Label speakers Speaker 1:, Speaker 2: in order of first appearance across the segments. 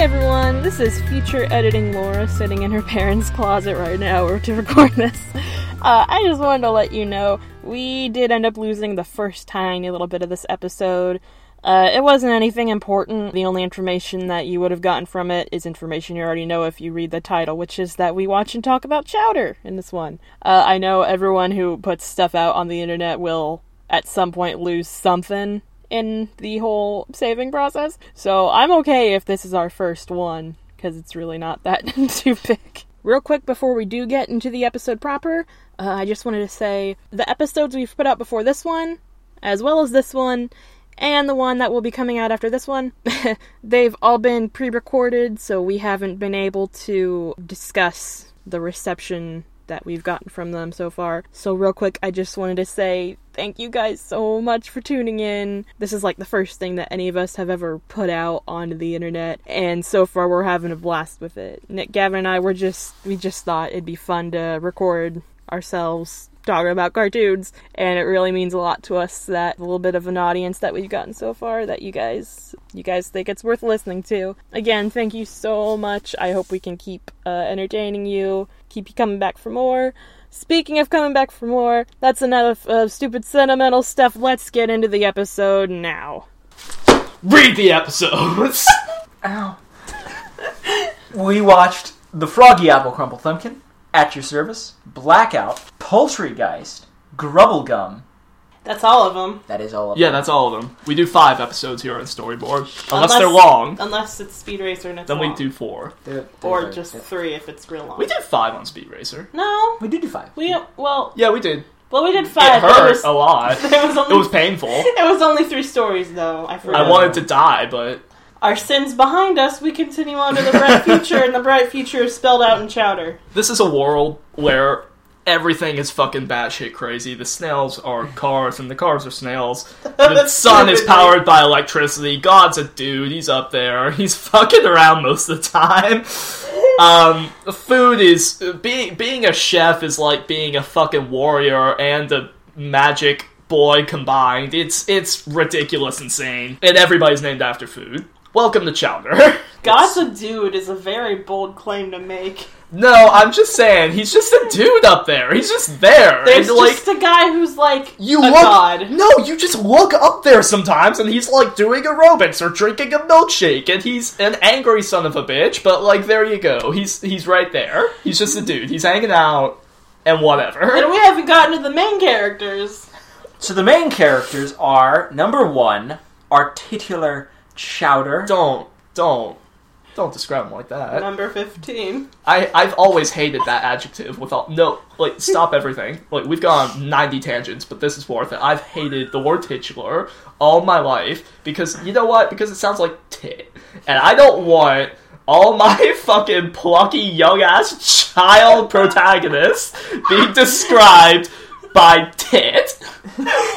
Speaker 1: everyone, this is future editing Laura sitting in her parents' closet right now to record this. Uh, I just wanted to let you know we did end up losing the first tiny little bit of this episode. Uh, it wasn't anything important. The only information that you would have gotten from it is information you already know if you read the title, which is that we watch and talk about Chowder in this one. Uh, I know everyone who puts stuff out on the internet will at some point lose something in the whole saving process. So I'm okay if this is our first one, because it's really not that too big. Real quick before we do get into the episode proper, uh, I just wanted to say the episodes we've put out before this one, as well as this one, and the one that will be coming out after this one, they've all been pre recorded, so we haven't been able to discuss the reception that we've gotten from them so far. So, real quick, I just wanted to say thank you guys so much for tuning in. This is like the first thing that any of us have ever put out onto the internet, and so far we're having a blast with it. Nick, Gavin, and I were just, we just thought it'd be fun to record ourselves talking about cartoons and it really means a lot to us that little bit of an audience that we've gotten so far that you guys you guys think it's worth listening to again thank you so much i hope we can keep uh, entertaining you keep you coming back for more speaking of coming back for more that's enough of stupid sentimental stuff let's get into the episode now
Speaker 2: Read the episodes.
Speaker 3: We watched The Froggy Apple Crumble Thumpkin, At Your Service, Blackout, Poultrygeist, Grubblegum.
Speaker 1: that's all of them
Speaker 3: That is all of
Speaker 2: yeah, that's all of them. We do five episodes here on Storyboard, unless,
Speaker 1: Unless-
Speaker 2: they're long.
Speaker 1: unless it's speed racer and it's
Speaker 2: Then we do four.
Speaker 3: They're- they're-
Speaker 1: three if it's real long
Speaker 2: We did five on Speed Racer.
Speaker 1: no
Speaker 3: We did do five.
Speaker 1: we don't well
Speaker 2: Yeah, we did.
Speaker 1: well we did
Speaker 2: it hurt a lot. It
Speaker 1: was only
Speaker 2: was painful.
Speaker 1: It was only three stories, though. I forgot.
Speaker 2: I wanted to die, but
Speaker 1: Our sins behind us, we continue on to the bright future, and the bright future is spelled out in chowder.
Speaker 2: this is a world where everything is fucking batshit crazy. The snails are cars, and the cars are snails. The sun is powered by electricity. God's a dude. He's up there. He's fucking around most of the time. Um, the food is being being a chef is like being a fucking warrior and a magic boy combined. It's it's ridiculous, insane, and everybody's named after food. Welcome to Chowder.
Speaker 1: God's a dude is a very bold claim to make.
Speaker 2: No, I'm just saying, he's just a dude up there. He's just there.
Speaker 1: There's
Speaker 2: and, like
Speaker 1: just a guy who's like
Speaker 2: you
Speaker 1: a
Speaker 2: look
Speaker 1: god.
Speaker 2: No, you just look up there sometimes and he's like doing aerobics or drinking a milkshake and he's an angry son of a bitch, but like there you go. He's he's right there. He's just a dude. He's hanging out and
Speaker 1: And
Speaker 2: whatever.
Speaker 1: we haven't gotten to the main characters.
Speaker 3: So the main characters are number one, our titular Chowder.
Speaker 2: Don't don't don't describe him like that.
Speaker 1: Number 15.
Speaker 2: I, I've always hated that adjective without no like stop everything. Like we've gone ninety tangents, but this is worth it. I've hated the word titular all my life because you know what? Because it sounds like tit. And I don't want all my fucking plucky young ass child protagonists being described by tit.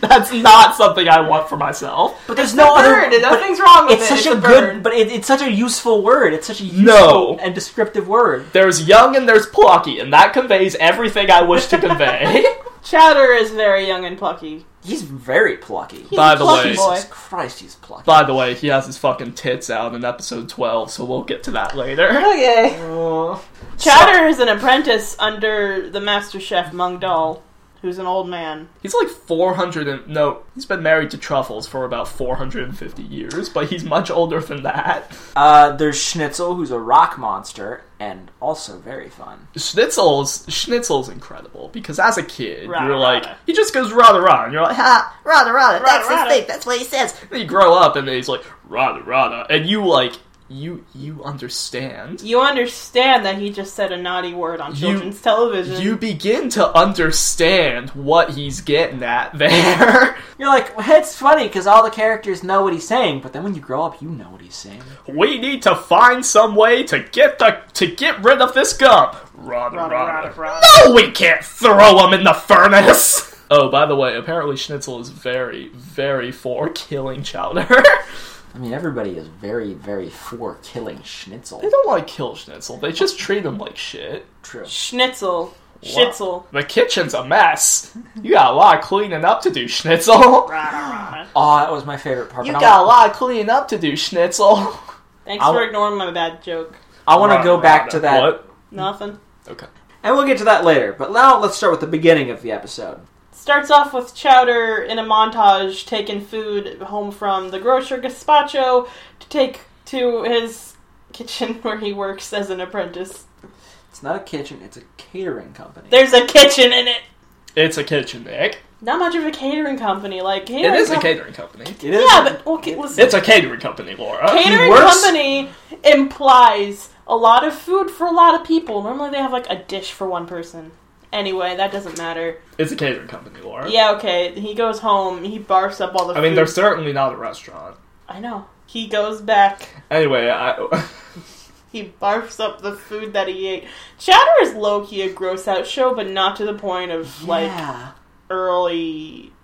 Speaker 2: That's not something I want for myself.
Speaker 3: But there's no other.
Speaker 1: Bird, and
Speaker 3: but
Speaker 1: nothing's wrong with
Speaker 3: it's
Speaker 1: it. it's
Speaker 3: such a,
Speaker 1: bird.
Speaker 3: good, but it, it's such a useful word. It's such a useful
Speaker 2: No.
Speaker 3: and descriptive word.
Speaker 2: There's young and there's plucky, and that conveys everything I wish to convey.
Speaker 1: Chowder is very young and plucky.
Speaker 3: He's very plucky.
Speaker 1: He's
Speaker 2: By
Speaker 1: a
Speaker 2: the
Speaker 1: plucky
Speaker 2: way-
Speaker 1: boy.
Speaker 3: Jesus Christ, he's plucky.
Speaker 2: By the way, he has his fucking tits out in episode 12, so we'll get to that later.
Speaker 1: Okay.
Speaker 3: Uh,
Speaker 1: Chowder is an apprentice under the master chef Mung Dal, who's an old man.
Speaker 2: He's like 400 and. No, he's been married to Truffles for about 450 years, but he's much older than that.
Speaker 3: Uh, there's Schnitzel, who's a rock monster, and also very fun.
Speaker 2: Schnitzel's, Schnitzel's incredible, because as a kid,
Speaker 1: Rah,
Speaker 2: you're
Speaker 1: rah,
Speaker 2: like.
Speaker 1: rah.
Speaker 2: He just goes rada rah, and you're like, ha, rada rada, that's
Speaker 1: rah,
Speaker 2: his thing, that's what he says. Then you grow up, and then he's like, rada rada, and you like. You you understand.
Speaker 1: You understand that he just said a naughty word on
Speaker 2: You-
Speaker 1: children's television.
Speaker 2: You begin to understand what he's getting at there.
Speaker 3: You're like, well, it's funny because all the characters know what he's saying, but then when you grow up, you know what he's saying.
Speaker 2: We need to find some way to get the to get rid of this gum. Run, run,
Speaker 1: Rada, rada, rada.
Speaker 2: No, we can't throw him in the furnace. Oh, by the way, apparently Schnitzel is very, very for killing Chowder. they
Speaker 3: I mean, everybody is very, very for killing Schnitzel.
Speaker 2: don't want to kill Schnitzel. They just treat him like shit.
Speaker 3: True.
Speaker 1: Schnitzel. Schnitzel.
Speaker 2: The kitchen's a mess. You got a lot of cleaning up to do, Schnitzel.
Speaker 3: Oh, that was my favorite part.
Speaker 2: You
Speaker 3: but I
Speaker 2: got a
Speaker 3: want-
Speaker 2: lot of cleaning up to do, Schnitzel.
Speaker 1: Thanks
Speaker 3: I'll-
Speaker 1: for ignoring my bad joke.
Speaker 3: I want to
Speaker 2: Right,
Speaker 3: go
Speaker 2: right,
Speaker 3: back
Speaker 2: right.
Speaker 3: to that,
Speaker 2: What?
Speaker 1: Nothing.
Speaker 2: Okay.
Speaker 3: and we'll get to that later. But now let's start with the beginning of the episode.
Speaker 1: Starts off with Chowder in a montage taking food home from the grocer Gazpacho to take to his kitchen where he works as an apprentice.
Speaker 3: It's not a kitchen; it's a catering company.
Speaker 1: There's a kitchen in it.
Speaker 2: It's a kitchen, Nick.
Speaker 1: Not much of a catering company. Like
Speaker 2: It
Speaker 1: catering
Speaker 2: is a
Speaker 1: com-
Speaker 2: catering company.
Speaker 3: It is.
Speaker 1: Yeah, but okay, listen.
Speaker 2: It's a catering company, Laura.
Speaker 1: catering
Speaker 3: works-
Speaker 1: company implies a lot of food for a lot of people. Normally they have like a dish for one person. Anyway, that doesn't matter.
Speaker 2: It's a catering company, Laura.
Speaker 1: Yeah, okay. He goes home. He barfs up all the.
Speaker 2: I mean,
Speaker 1: food.
Speaker 2: they're certainly not a restaurant.
Speaker 1: I know. He goes back.
Speaker 2: Anyway, I.
Speaker 1: He barfs up the food that he ate. Chowder is low key a gross out show, but not to the point of like
Speaker 3: yeah.
Speaker 1: early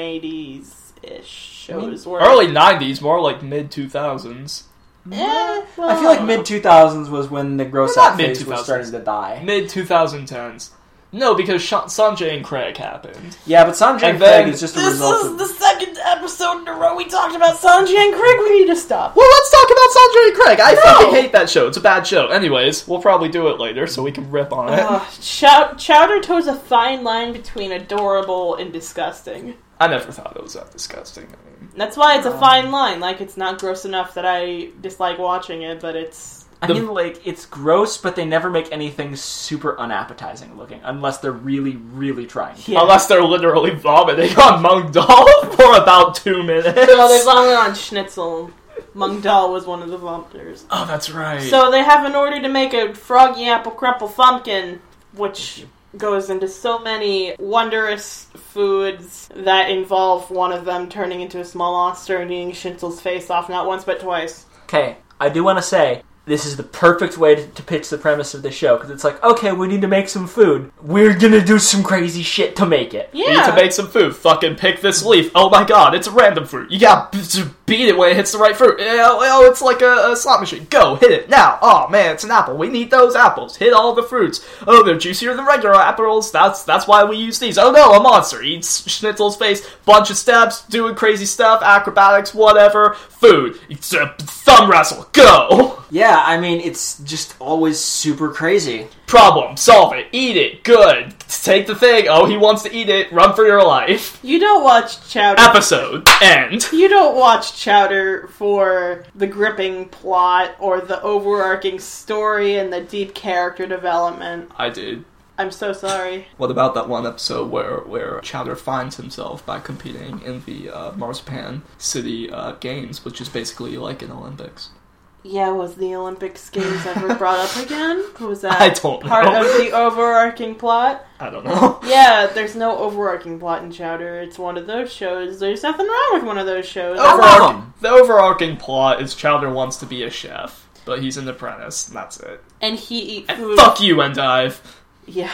Speaker 1: '90s ish shows. where
Speaker 2: Early 90s, more like mid 2000s.
Speaker 1: Eh, well,
Speaker 3: I feel like mid two thousands was when the gross
Speaker 2: We're not
Speaker 3: out phase was
Speaker 2: mid-2000s.
Speaker 3: starting to die.
Speaker 2: Mid 2010s. No, because Sha Sanjay and Craig happened.
Speaker 3: Yeah, but Sanjay
Speaker 2: And
Speaker 3: and
Speaker 2: then-
Speaker 3: Craig is just a
Speaker 1: This is
Speaker 3: result of
Speaker 1: the second episode in a row we talked about Sanji and Craig. We need to stop.
Speaker 2: Well, let's talk about Sanjay and Craig. I
Speaker 1: fucking
Speaker 2: hate that show. It's a bad show. Anyways, we'll probably do it later so we can rip on it.
Speaker 1: Ugh, Chow- Chowder toes a fine line between adorable and disgusting.
Speaker 2: I never thought it was that disgusting. I mean,
Speaker 1: That's why it's a fine line. Like it's not gross enough that I dislike watching it, but it's
Speaker 3: I
Speaker 2: The-
Speaker 3: mean, like it's gross, but they never make anything super unappetizing looking, unless they're really, really trying. to.
Speaker 1: yeah.
Speaker 2: Unless they're literally vomiting on Mung Dal for about two minutes.
Speaker 1: Well, they vomited on schnitzel. Mung Dal was one of the vomiters.
Speaker 2: oh, that's right.
Speaker 1: So they have an order to make a froggy apple crumple thumpkin, which goes into so many wondrous foods that involve one of them turning into a small monster and eating Schnitzel's face off not once but twice.
Speaker 3: Okay, I do want to say this is the perfect way to, to pitch the premise of the show because it's like, okay, we need to make some food. We're gonna do some crazy shit to make it.
Speaker 2: You need to make some food. Fucking pick this leaf. Oh my god, it's a random fruit. You got to beat it when it hits the right fruit. Yeah, well, it's like a, a slot machine. Go, hit it now. Oh man, it's an apple. We need those apples. Hit all the fruits. Oh, they're juicier than regular apples. That's that's why we use these. Oh no, a monster eats Schnitzel's face. Bunch of steps, doing crazy stuff, acrobatics, whatever. Food. It's a thumb wrestle. Go.
Speaker 3: Yeah, I mean, it's just always super crazy.
Speaker 2: Problem. Solve it. Eat it. Good. Take the thing. Oh, he wants to eat it. Run for your life.
Speaker 1: You don't watch Chowder.
Speaker 2: Episode end.
Speaker 1: you don't watch Chowder for the gripping plot or the overarching story and the deep character development.
Speaker 2: I did.
Speaker 1: I'm so sorry.
Speaker 2: What about that one episode where where Chowder finds himself by competing in the uh, Marzipan City uh, Games, which is basically like an Olympics?
Speaker 1: Yeah, was the Olympics games ever brought up again? Was that
Speaker 2: I don't
Speaker 1: part
Speaker 2: know.
Speaker 1: of the overarching plot?
Speaker 2: I don't know.
Speaker 1: Yeah, there's no overarching plot in Chowder. It's one of those shows. There's nothing wrong with one of those shows.
Speaker 3: Oh,
Speaker 1: That's-
Speaker 3: love 'em.
Speaker 2: the overarching plot is Chowder wants to be a chef, but he's an apprentice, and that's it.
Speaker 1: And he eat
Speaker 2: And
Speaker 1: food.
Speaker 2: fuck you, Endive.
Speaker 1: Yeah.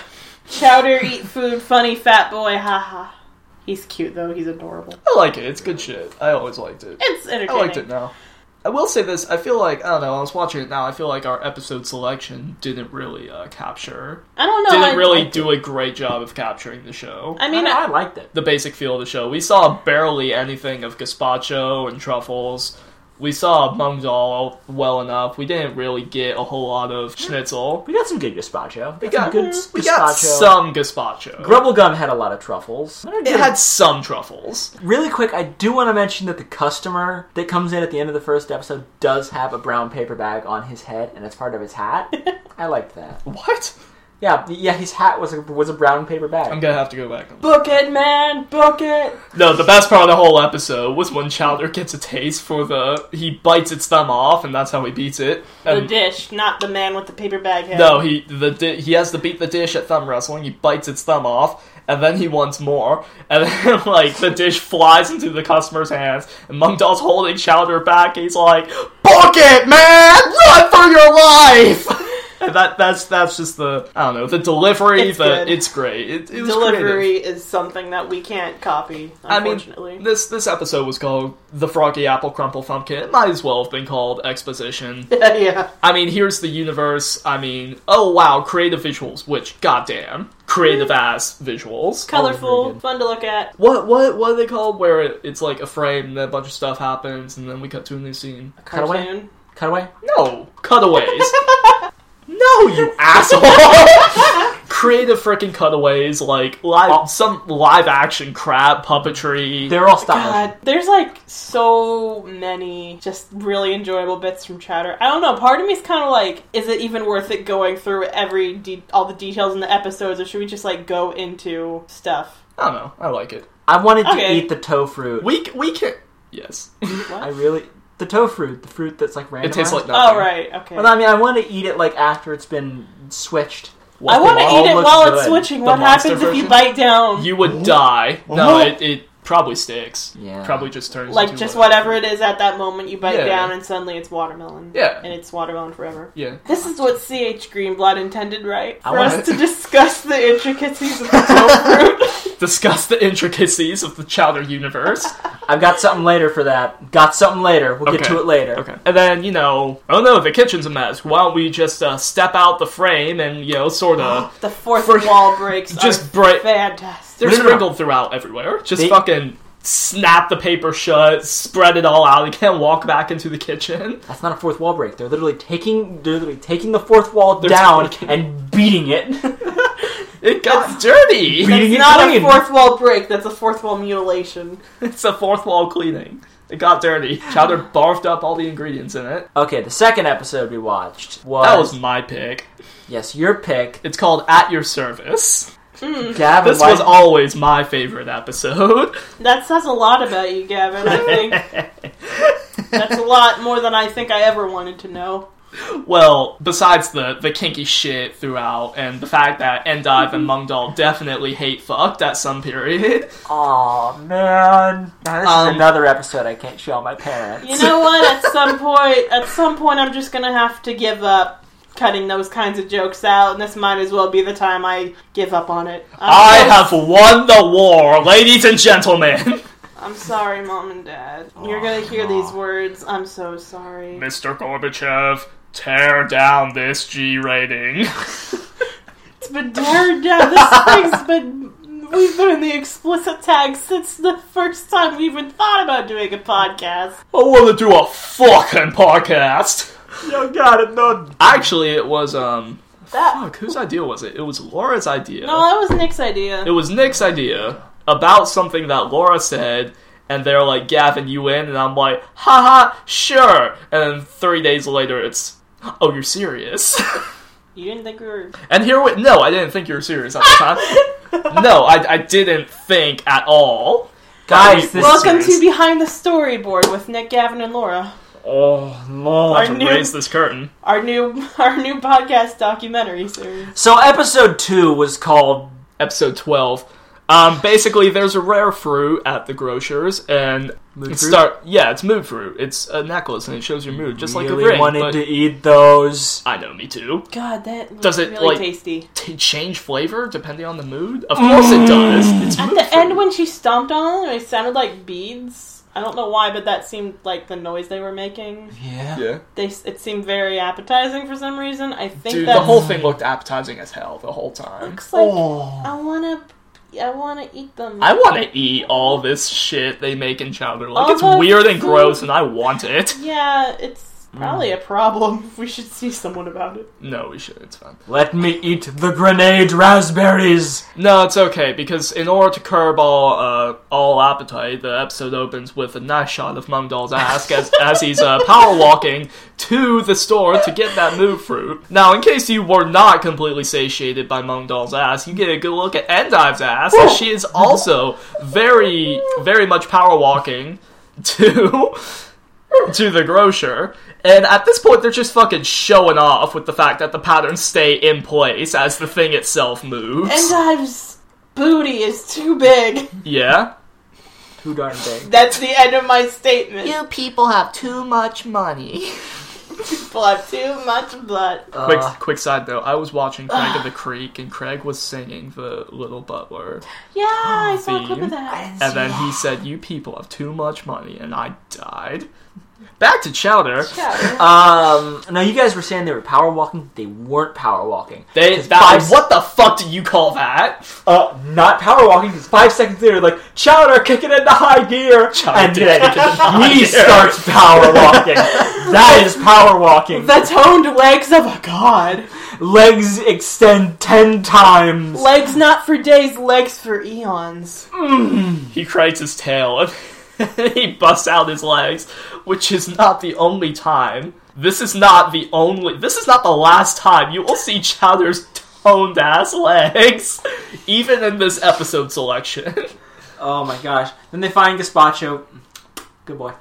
Speaker 1: Chowder eat food. Funny fat boy. Haha. He's cute though. He's adorable.
Speaker 2: I like it. It's good shit. I always liked it.
Speaker 1: It's
Speaker 2: I
Speaker 1: entertaining.
Speaker 2: liked it now. I will say this. I feel like I don't know. I was watching it now. I feel like our episode selection didn't really uh, capture.
Speaker 1: I don't know. Oh, I
Speaker 2: didn't really
Speaker 1: liked
Speaker 2: do a great job of capturing the show.
Speaker 1: it. I mean,
Speaker 3: I, I
Speaker 1: I,
Speaker 3: liked it.
Speaker 2: the basic feel of the show. We saw barely anything of gazpacho and truffles. We saw mung dal well enough. We didn't really get a whole lot of schnitzel.
Speaker 3: We got some good gazpacho. We
Speaker 2: got-
Speaker 3: got some good s-
Speaker 2: We got
Speaker 3: gazpacho.
Speaker 2: some gazpacho.
Speaker 3: Grubblegum had a lot of truffles.
Speaker 2: it had some truffles.
Speaker 3: Really quick, I do want to mention that the customer that comes in at the end of the first episode does have a brown paper bag on his head, and it's part of his hat. I liked that.
Speaker 2: What?
Speaker 3: Yeah, yeah, his hat was a, was a brown paper bag.
Speaker 2: I'm gonna have to go back. and-
Speaker 1: book it, man. Book it.
Speaker 2: No, the best part of the whole episode was when Chowder gets a taste for the. He bites its thumb off, and that's how he beats it.
Speaker 1: The
Speaker 2: And
Speaker 1: dish, not the man with the paper bag head.
Speaker 2: No, he the di- he has to beat the dish at thumb wrestling. He bites its thumb off, and then he wants more. And then like the dish flies into the customer's hands, and Mung Dal's holding Chowder back. He's like, "Book it, man! Run for your life!" And that that's that's just the I don't know the delivery.
Speaker 1: It's
Speaker 2: the
Speaker 1: good.
Speaker 2: it's great. It, it was creative.
Speaker 1: Delivery is something that we can't copy,
Speaker 2: I mean,
Speaker 1: unfortunately.
Speaker 2: this this episode was called "The Froggy Apple Crumple Thumpkin." It might as well have been called "Exposition."
Speaker 1: yeah.
Speaker 2: I mean, here's the universe. I mean, oh wow, creative visuals. Which, goddamn,
Speaker 4: Hmm.
Speaker 2: creative ass visuals. Uh,
Speaker 3: Always very
Speaker 1: Colorful,
Speaker 3: good.
Speaker 1: fun to look at.
Speaker 2: What what what are they called? Where it, it's like a frame, then a bunch of stuff happens, and then we cut to a new scene.
Speaker 1: Cartoon.
Speaker 3: Cutaway?
Speaker 2: No, cutaways. no, you asshole. Creative freaking cutaways, like live,
Speaker 4: Oh.
Speaker 2: some live action crap, puppetry.
Speaker 3: They're all stop motion.
Speaker 4: God, there's like so many just really enjoyable bits from Chowder. I don't know. Part of me is kind of like, is it even worth it going through every de- all the details in the episodes, or should we just like go into stuff?
Speaker 2: I don't know. I like it.
Speaker 3: I wanted to
Speaker 4: Okay.
Speaker 3: eat the toe fruit.
Speaker 2: We c- we can. Yes,
Speaker 3: I
Speaker 4: What?
Speaker 3: really the toe fruit, the fruit that's like random.
Speaker 2: it tastes like nothing.
Speaker 4: Oh right, okay.
Speaker 3: Well, I mean, I want to eat it like after it's been switched.
Speaker 4: I want to
Speaker 3: It all
Speaker 4: eat it
Speaker 3: looks
Speaker 4: while it's
Speaker 3: good.
Speaker 4: switching.
Speaker 2: The
Speaker 4: What
Speaker 2: monster
Speaker 4: happens if you
Speaker 2: version?
Speaker 4: bite down?
Speaker 2: You would die. No,
Speaker 3: What?
Speaker 2: it, it probably sticks.
Speaker 3: Yeah.
Speaker 2: Probably just turns
Speaker 4: like
Speaker 2: into
Speaker 4: just whatever it is at that moment, you bite
Speaker 2: Yeah.
Speaker 4: down and suddenly it's watermelon.
Speaker 2: Yeah.
Speaker 4: and it's watermelon forever.
Speaker 2: Yeah.
Speaker 4: This is what C.H. Greenblatt intended, right?
Speaker 3: I
Speaker 4: For
Speaker 3: wanna-
Speaker 4: us to discuss the intricacies of the toe fruit.
Speaker 2: Discuss the intricacies of the Chowder universe.
Speaker 3: I've got something later for that. Got something later. We'll get
Speaker 2: Okay.
Speaker 3: to it later.
Speaker 2: Okay. And then, you know, oh no, the kitchen's a mess. Why don't we just uh, step out the frame and, you know, sort of
Speaker 4: The fourth
Speaker 2: For-
Speaker 4: wall breaks.
Speaker 2: just
Speaker 4: Just
Speaker 2: break.
Speaker 4: fantastic.
Speaker 2: They're
Speaker 3: No, no, no.
Speaker 2: sprinkled throughout everywhere. Just
Speaker 3: They-
Speaker 2: fucking snap the paper shut, spread it all out again, walk back into the kitchen.
Speaker 3: That's not a fourth wall break. They're literally taking they're literally taking the fourth wall
Speaker 2: They're
Speaker 3: down
Speaker 2: taking-
Speaker 3: and beating it.
Speaker 2: It got dirty.
Speaker 3: Beating
Speaker 4: That's
Speaker 3: it
Speaker 4: not
Speaker 3: clean.
Speaker 4: a fourth wall break. That's a fourth wall mutilation.
Speaker 2: It's a fourth wall cleaning. It got dirty. Chowder barfed up all the ingredients in it.
Speaker 3: Okay, the second episode we watched was,
Speaker 2: That was my pick.
Speaker 3: yes, your pick.
Speaker 2: It's called At Your Service.
Speaker 3: Gavin
Speaker 2: This was
Speaker 3: White-
Speaker 2: always my favorite episode.
Speaker 4: That says a lot about you, Gavin. I think that's a lot more than I think I ever wanted to know.
Speaker 2: Well, besides the, the kinky shit throughout and the fact that Endive and Mungdal definitely hate fucked at some period.
Speaker 3: Aw, man. Now, this
Speaker 2: Um,
Speaker 3: is another episode I can't show my parents.
Speaker 4: You know what? At some point, at some point, I'm just gonna have to give up cutting those kinds of jokes out, and this might as well be the time I give up on it. I'm
Speaker 2: I
Speaker 4: so-
Speaker 2: have won the war, ladies and gentlemen!
Speaker 4: I'm sorry, mom and dad. You're gonna
Speaker 3: Oh,
Speaker 4: hear these words. I'm so sorry.
Speaker 2: Mr. Gorbachev, tear down this G rating.
Speaker 4: It's been teared down. This thing's been. We've been in the explicit tag since the first time we even thought about doing a podcast.
Speaker 2: I wanna do a fucking podcast! Oh,
Speaker 3: you got it, no.
Speaker 2: Actually, it was, um.
Speaker 4: That
Speaker 2: Fuck, whose idea was it? It was Laura's idea.
Speaker 4: no, that was Nick's idea.
Speaker 2: It was Nick's idea about something that Laura said, and they're like, Gavin, you in? And I'm like, haha, sure. And then three days later, it's, oh, you're serious.
Speaker 4: You didn't think we were.
Speaker 2: and here we, no, I didn't think you were serious at the time. no, I, I didn't think at all.
Speaker 3: Guys, this
Speaker 4: Welcome
Speaker 2: serious.
Speaker 4: to Behind the Storyboard with Nick, Gavin, and Laura.
Speaker 3: Oh, no.
Speaker 2: I
Speaker 4: I knew-
Speaker 2: raise this curtain.
Speaker 4: Our new our new podcast documentary series.
Speaker 3: So, episode two was called
Speaker 2: Episode 12. Um, basically, there's a rare fruit at the grocer's, and
Speaker 3: Mood
Speaker 2: it
Speaker 3: Fruit?
Speaker 2: start. Yeah, it's mood fruit. It's a necklace, and it shows your mood, just like
Speaker 3: Really
Speaker 2: a ring.
Speaker 3: Wanted
Speaker 2: but-
Speaker 3: to Eat Those.
Speaker 2: I know, me too.
Speaker 4: God, that looks
Speaker 2: Does it,
Speaker 4: really
Speaker 2: like-
Speaker 4: tasty.
Speaker 2: to change flavor depending on the mood? Of course it does. It's
Speaker 4: At
Speaker 2: mood
Speaker 4: the
Speaker 2: food.
Speaker 4: end, when she stomped on them, it sounded like beads. I don't know why, but that seemed like the noise they were making.
Speaker 3: Yeah.
Speaker 2: yeah.
Speaker 4: They it seemed very appetizing for some reason. I think
Speaker 2: Dude,
Speaker 4: that's
Speaker 2: the whole thing looked appetizing as hell the whole time.
Speaker 4: looks like
Speaker 3: Oh.
Speaker 4: I wanna I wanna eat them.
Speaker 2: I want to eat all this shit they make in chowder. Like
Speaker 4: All
Speaker 2: it's
Speaker 4: the
Speaker 2: weird and
Speaker 4: food.
Speaker 2: gross, and I want it.
Speaker 4: yeah, it's probably a problem. We should see someone about it.
Speaker 2: No, we should. It's fine.
Speaker 3: Let me eat the grenade raspberries.
Speaker 2: No, it's okay because in order to curb all uh, all appetite, the episode opens with a nice shot of Mungdal's ass as as he's uh, power walking to the store to get that move fruit. Now, in case you were not completely satiated by Mungdal's ass, you get a good look at Endive's ass as she is also very very much power walking to to the grocer. And at this point, they're just fucking showing off with the fact that the patterns stay in place as the thing itself moves.
Speaker 4: Endive's booty is too big.
Speaker 2: Yeah.
Speaker 3: Too darn big.
Speaker 4: That's the end of my statement. You
Speaker 2: people have too much money.
Speaker 4: people have too much blood.
Speaker 2: Quick,
Speaker 3: Uh,
Speaker 2: quick side note: I was watching Craig of the Creek, and Craig was singing the Little Butler,
Speaker 4: Yeah, I saw a clip
Speaker 2: theme.
Speaker 4: of that.
Speaker 2: and then he said, "You people have too much money," and I died. Back to Chowder.
Speaker 4: Yeah.
Speaker 3: Um, now you guys were saying they were power walking. They weren't power walking.
Speaker 2: They,
Speaker 3: 'Cause
Speaker 2: that,
Speaker 3: five-
Speaker 2: what the fuck do you call that?
Speaker 3: Uh, not power walking. Because five seconds later, like Chowder kicking into high gear,
Speaker 2: Chowder
Speaker 3: and
Speaker 2: did
Speaker 3: then
Speaker 2: kick into high
Speaker 3: he
Speaker 2: gear.
Speaker 3: starts power walking. that is power walking.
Speaker 4: The toned legs of a god.
Speaker 3: Legs extend ten times.
Speaker 4: Legs not for days, legs for eons.
Speaker 2: He crates his tail and he busts out his legs, which is not the only time. This is not the only. This is not the last time you will see Chowder's toned ass legs, even in this episode selection.
Speaker 3: Oh my gosh! Then they find Gaspacho. Good boy.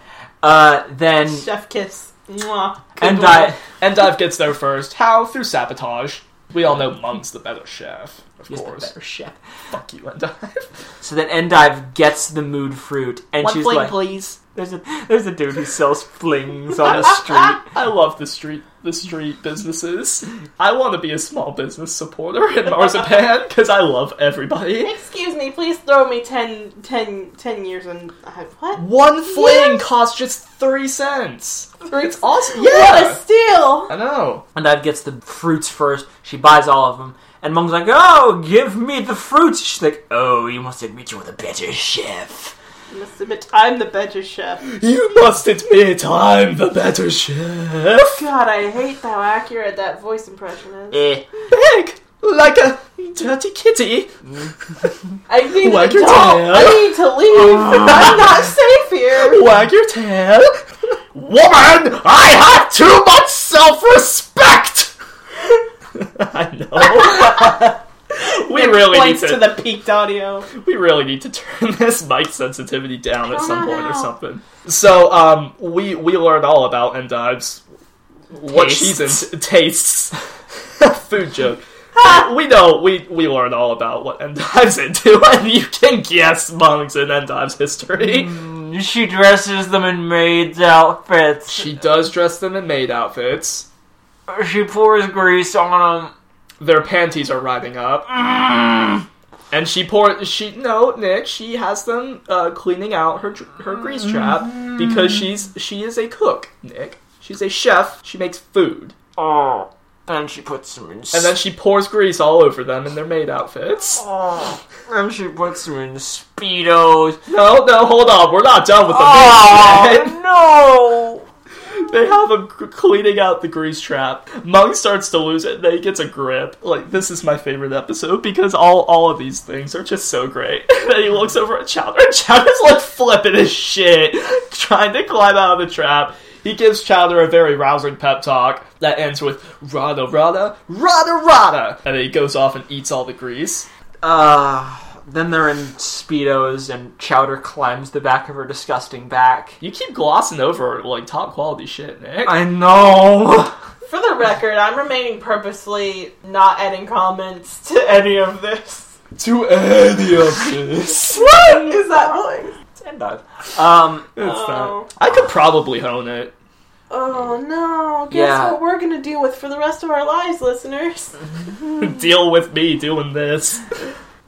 Speaker 3: Uh, then
Speaker 4: Chef kiss. Mwah.
Speaker 3: and
Speaker 4: boy.
Speaker 3: I.
Speaker 2: And Dive gets there first. How? Through sabotage. We all know Monk's the better chef, of
Speaker 3: He's the
Speaker 2: course.
Speaker 3: better chef.
Speaker 2: Fuck you, Endive.
Speaker 3: So then Endive gets the mood fruit, and she's like,
Speaker 2: please.
Speaker 3: "There's a there's a dude who sells flings on the street."
Speaker 2: I love the street the street businesses. I want to be a small business supporter in Marzipan because I love everybody.
Speaker 4: Excuse me, please throw me 10, 10, 10 years and. I- What?
Speaker 2: One fling costs just three cents.
Speaker 4: Three-
Speaker 2: It's awesome.
Speaker 4: What a
Speaker 2: Yeah,
Speaker 4: steal!
Speaker 2: I know.
Speaker 3: Endive gets the fruits first. She buys all of them, and Mung's like, "Oh, give me the fruits." She's like, "Oh, you must admit you're the better chef."
Speaker 4: I must admit, I'm the better chef.
Speaker 2: You must admit I'm the better chef.
Speaker 4: God, I hate how accurate that voice impression is.
Speaker 3: Eh.
Speaker 2: Big like a dirty kitty.
Speaker 4: I need
Speaker 2: Wag
Speaker 4: to
Speaker 2: your
Speaker 4: go.
Speaker 2: tail.
Speaker 4: I need to leave. I'm not safe here.
Speaker 2: Wag your tail. Woman, I have too much self-respect. I know. we really need
Speaker 4: Points
Speaker 2: to,
Speaker 4: to the peaked audio.
Speaker 2: we really need to turn this mic sensitivity down at some point or
Speaker 4: Wow.
Speaker 2: something. So, um, we we learned all about Endive's what she's into tastes. Food joke. we know we we learned all about what Endive's into, and you can guess Mung's and Endive's history.
Speaker 3: She dresses them in maid's outfits.
Speaker 2: She does dress them in maid outfits.
Speaker 3: she pours grease on them.
Speaker 2: Their panties are riding up. And she pour she no Nick she has them uh, cleaning out her tr- her grease trap because she's she is a cook Nick she's a chef she makes food
Speaker 3: Oh, and she puts them in.
Speaker 2: and then she pours grease all over them in their maid outfits.
Speaker 3: oh, and she puts them in speedos.
Speaker 2: No no hold on we're not done with the maid yet.
Speaker 3: Oh no!
Speaker 2: They have him c- cleaning out the grease trap. Mung starts to lose it. Then he gets a grip. Like this is my favorite episode because all all of these things are just so great. then he looks over at Chowder. And Chowder's like flipping his shit, trying to climb out of the trap. He gives Chowder a very rousing pep talk that ends with "Rada rada rada rada," and then he goes off and eats all the grease.
Speaker 3: Uh, then they're in speedos, and Chowder climbs the back of her disgusting back.
Speaker 2: You keep glossing over like top quality shit, Nick.
Speaker 3: I know.
Speaker 4: For the record, I'm remaining purposely not adding comments to any of this.
Speaker 2: to any of this.
Speaker 4: What is that voice?
Speaker 3: And dive. Um,
Speaker 2: It's
Speaker 4: Oh.
Speaker 2: not. I could probably hone it.
Speaker 4: Oh no! Guess
Speaker 3: Yeah.
Speaker 4: what we're gonna deal with for the rest of our lives, listeners?
Speaker 3: Hmm.
Speaker 2: Deal with me doing this.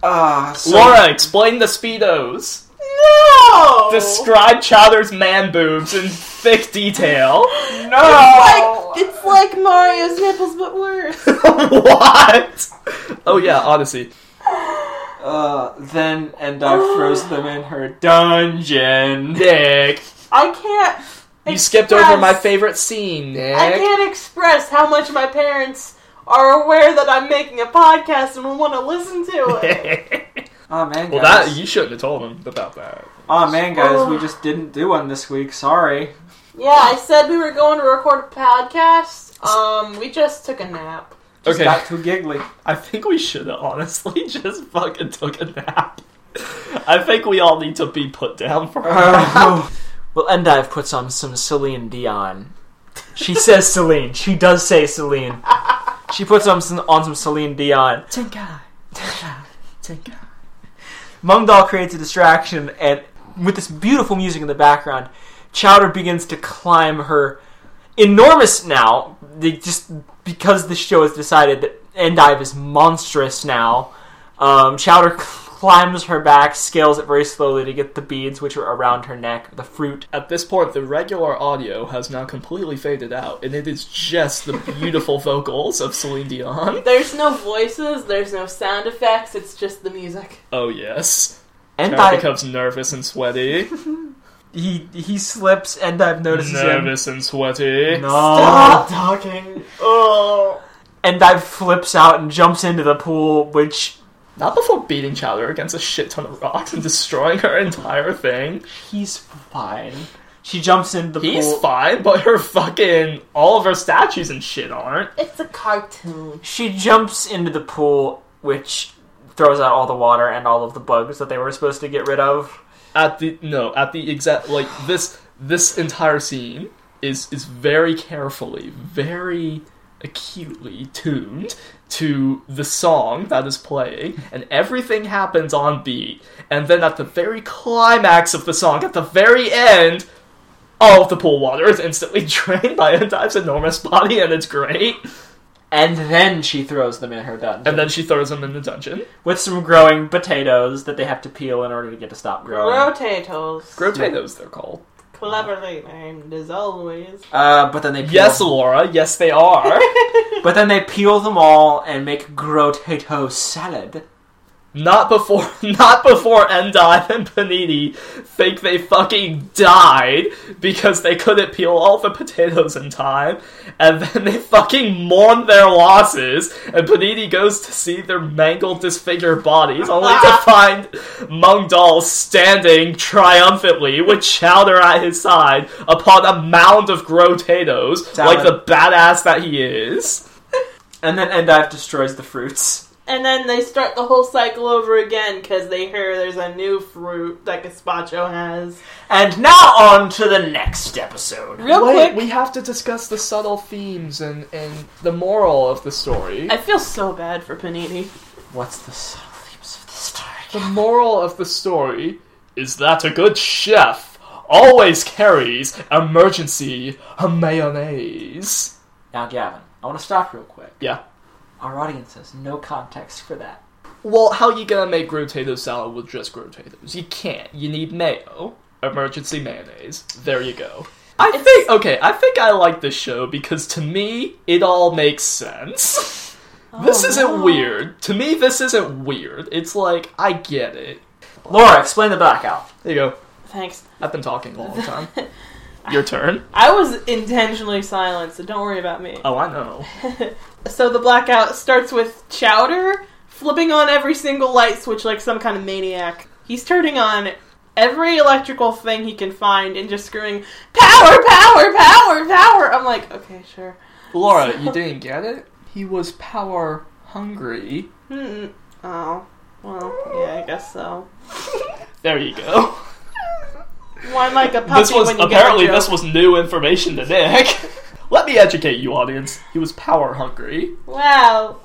Speaker 3: uh, so
Speaker 2: Laura, explain the speedos.
Speaker 3: Oh.
Speaker 4: No!
Speaker 2: Describe Chowder's man boobs in thick detail.
Speaker 3: no.
Speaker 4: like it's like Mario's nipples, but worse.
Speaker 2: what? Oh yeah, Odyssey.
Speaker 3: uh, then and I froze them in her dungeon.
Speaker 2: Nick,
Speaker 4: I can't.
Speaker 2: you skipped over my favorite scene,
Speaker 4: I
Speaker 2: Nick.
Speaker 4: can't express how much my parents are aware that I'm making a podcast and will want to listen to it.
Speaker 3: Oh man, guys.
Speaker 2: well, that you shouldn't have told him about that.
Speaker 3: oh man, guys, we just didn't do one this week. Sorry.
Speaker 4: yeah, I said we were going to record a podcast. Um, we just took a nap.
Speaker 3: Just
Speaker 2: Okay.
Speaker 3: got too giggly.
Speaker 2: I think we should have honestly just fucking took a nap. I think we all need to be put down for.
Speaker 3: Uh, well, Endive puts on some Celine Dion. She says Celine. She does say Celine. She puts on some, on some Celine Dion.
Speaker 2: Tenkai, Tenkai, Tenkai.
Speaker 3: Mung Dal creates a distraction, and with this beautiful music in the background, Chowder begins to climb her enormous now. They just because the show has decided that Endive is monstrous now. Um, Chowder climbs her back, scales it very slowly to get the beads which are around her neck, the fruit.
Speaker 2: At this point, the regular audio has now completely faded out, and it is just the beautiful vocals of Celine Dion.
Speaker 4: There's no voices, there's no sound effects, it's just the music.
Speaker 2: Oh, yes.
Speaker 3: And
Speaker 2: Now
Speaker 3: dive.
Speaker 2: becomes nervous and sweaty.
Speaker 3: He he slips. and dive notices him.
Speaker 2: nervous and sweaty.
Speaker 3: No.
Speaker 5: talking. Oh.
Speaker 3: And dive flips out and jumps into the pool, which
Speaker 2: Not before beating Chowder against a shit ton of rocks and destroying her entire thing.
Speaker 3: he's fine. She jumps into the
Speaker 2: He's
Speaker 3: pool.
Speaker 2: fine, but her fucking all of her statues and shit aren't.
Speaker 5: It's a cartoon.
Speaker 3: She jumps into the pool, which throws out all the water and all of the bugs that they were supposed to get rid of.
Speaker 2: At the no, at the exact like this this entire scene is is very carefully, very acutely tuned to the song that is playing and everything happens on beat and then at the very climax of the song at the very end all of the pool water is instantly drained by Endive's enormous body and it's great
Speaker 3: And then she throws them in her dungeon.
Speaker 2: and then she throws him in the dungeon
Speaker 3: with some growing potatoes that they have to peel in order to get to stop growing.
Speaker 4: Rotators,
Speaker 2: Grotatoes they're called
Speaker 4: cleverly named as always.
Speaker 3: Uh, but then they peel,
Speaker 2: Yes, Laura. Yes, they are.
Speaker 3: but then they peel them all and make grotato salad.
Speaker 2: not before, not before Endive and Panini think they fucking died because they couldn't peel all the potatoes in time, and then they fucking mourn their losses. And Panini goes to see their mangled, disfigured bodies, only to find Mung Dal standing triumphantly with Chowder at his side upon a mound of grotatoes, like
Speaker 3: Salad.
Speaker 2: the badass that he is.
Speaker 3: And then Endive destroys the fruits.
Speaker 4: And then they start the whole cycle over again because they hear there's a new fruit that Gazpacho has.
Speaker 3: And now on to the next episode.
Speaker 4: Real
Speaker 2: Wait,
Speaker 4: quick,
Speaker 2: we have to discuss the subtle themes and, and the moral of the story.
Speaker 4: I feel so bad for Panini.
Speaker 3: What's the subtle themes of this story?
Speaker 2: The moral of the story is that a good chef always carries emergency mayonnaise.
Speaker 3: Now, Gavin, I want to stop real quick.
Speaker 2: Yeah.
Speaker 3: Our audience has no context for that.
Speaker 2: Well, how you gonna make grotato salad with just grotatoes? You can't. You need mayo. Emergency mayonnaise. There you go. I
Speaker 4: It's-
Speaker 2: think okay, I think I like this show because to me it all makes sense. this
Speaker 4: Oh,
Speaker 2: isn't
Speaker 4: no.
Speaker 2: weird. To me this isn't weird. It's like I get it.
Speaker 3: Laura, explain the blackout.
Speaker 2: There you go.
Speaker 4: Thanks.
Speaker 2: I've been talking a long time. Your turn.
Speaker 4: I was intentionally silent, so don't worry about me.
Speaker 2: Oh, I know.
Speaker 4: So the blackout starts with Chowder flipping on every single light switch like some kind of maniac. He's turning on every electrical thing he can find and just screaming, Power, power, power, power! I'm like, okay, sure.
Speaker 2: Laura, you didn't get it? He was power hungry.
Speaker 4: Hmm. Oh. Well, yeah, I guess so.
Speaker 2: There you go.
Speaker 4: One like a puppy
Speaker 2: this was
Speaker 4: when you
Speaker 2: apparently
Speaker 4: get a joke.
Speaker 2: this was new information to Nick. Let me educate you, audience. He was power hungry.
Speaker 4: Wow.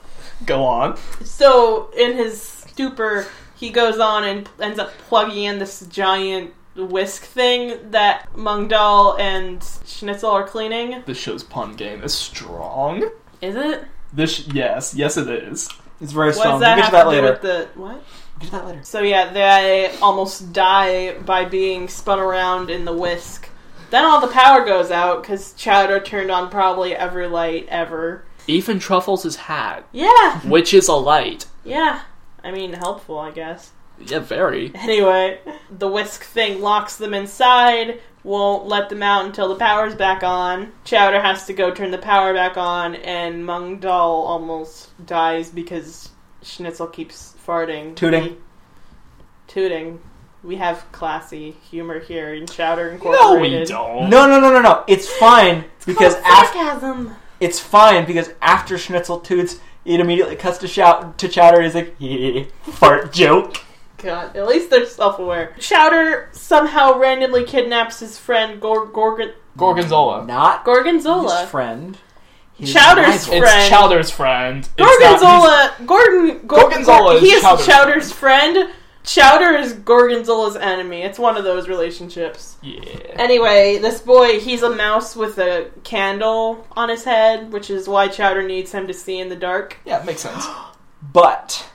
Speaker 2: Go on.
Speaker 4: So in his stupor, he goes on and ends up plugging in this giant whisk thing that Mungdal and Schnitzel are cleaning.
Speaker 2: This show's pun game is strong.
Speaker 4: Is it?
Speaker 2: This yes, yes it is.
Speaker 3: It's very
Speaker 4: What does that have to do with the what?
Speaker 3: Get to that later.
Speaker 4: So yeah, they almost die by being spun around in the whisk. Then all the power goes out because Chowder turned on probably every light ever.
Speaker 2: Even Truffles is hat,
Speaker 4: Yeah,
Speaker 2: which is a light.
Speaker 4: yeah. I mean, helpful, I guess.
Speaker 2: Yeah, very.
Speaker 4: Anyway, the whisk thing locks them inside, won't let them out until the power's back on. Chowder has to go turn the power back on, and Mung Dal almost dies because Schnitzel keeps farting.
Speaker 3: Tooting.
Speaker 4: We- tooting. We have classy humor here in Chowder
Speaker 2: No,
Speaker 4: Incorporated. Oh,
Speaker 2: we don't.
Speaker 3: No, no, no, no, no. It's fine because after
Speaker 4: sarcasm.
Speaker 3: it's fine because after Schnitzel toots, it immediately cuts to shout to Chowder. He's like, "Yeah, fart joke."
Speaker 4: God, at least they're self-aware. Chowder somehow randomly kidnaps his friend Gor- Gorgon-
Speaker 2: Gorgonzola.
Speaker 3: Not his
Speaker 4: Gorgonzola.
Speaker 3: friend. His
Speaker 4: Chowder's
Speaker 3: rival.
Speaker 4: friend.
Speaker 2: It's Chowder's friend. It's not- he's-
Speaker 4: Gorgonzola, Gordon,
Speaker 2: Gorgonzola
Speaker 4: Gorgonzola,
Speaker 2: is
Speaker 4: he is
Speaker 2: Chowder's
Speaker 4: Chowder's, friend. Chowder is Gorgonzola's enemy. It's one of those relationships.
Speaker 2: Yeah.
Speaker 4: Anyway, this boy, he's a mouse with a candle on his head, which is why Chowder needs him to see in the dark.
Speaker 2: Yeah, it makes sense.
Speaker 3: But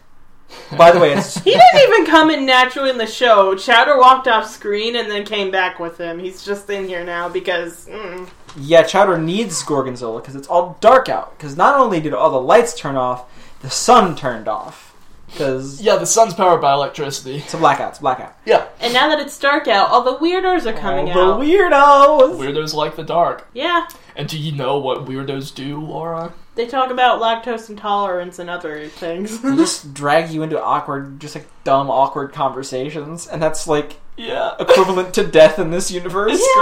Speaker 3: By the way, it's
Speaker 4: He didn't even come in naturally in the show. Chowder walked off screen and then came back with him. He's just in here now because mm,
Speaker 3: yeah, Chowder needs Gorgonzola because it's all dark out. Because not only did all the lights turn off, the sun turned off because
Speaker 2: Yeah, the sun's powered by electricity.
Speaker 3: it's a blackout. It's a blackout.
Speaker 2: Yeah.
Speaker 4: and now that it's dark out, all the weirdos are coming
Speaker 3: All
Speaker 4: out.
Speaker 3: the weirdos.
Speaker 2: Weirdos like the dark.
Speaker 4: yeah,
Speaker 2: And do you know what weirdos do, Laura?
Speaker 4: they talk about lactose intolerance and other things.
Speaker 3: They just drag you into awkward, just like dumb, awkward conversations, and that's like
Speaker 2: Yeah.
Speaker 3: equivalent to death in this universe.
Speaker 2: It's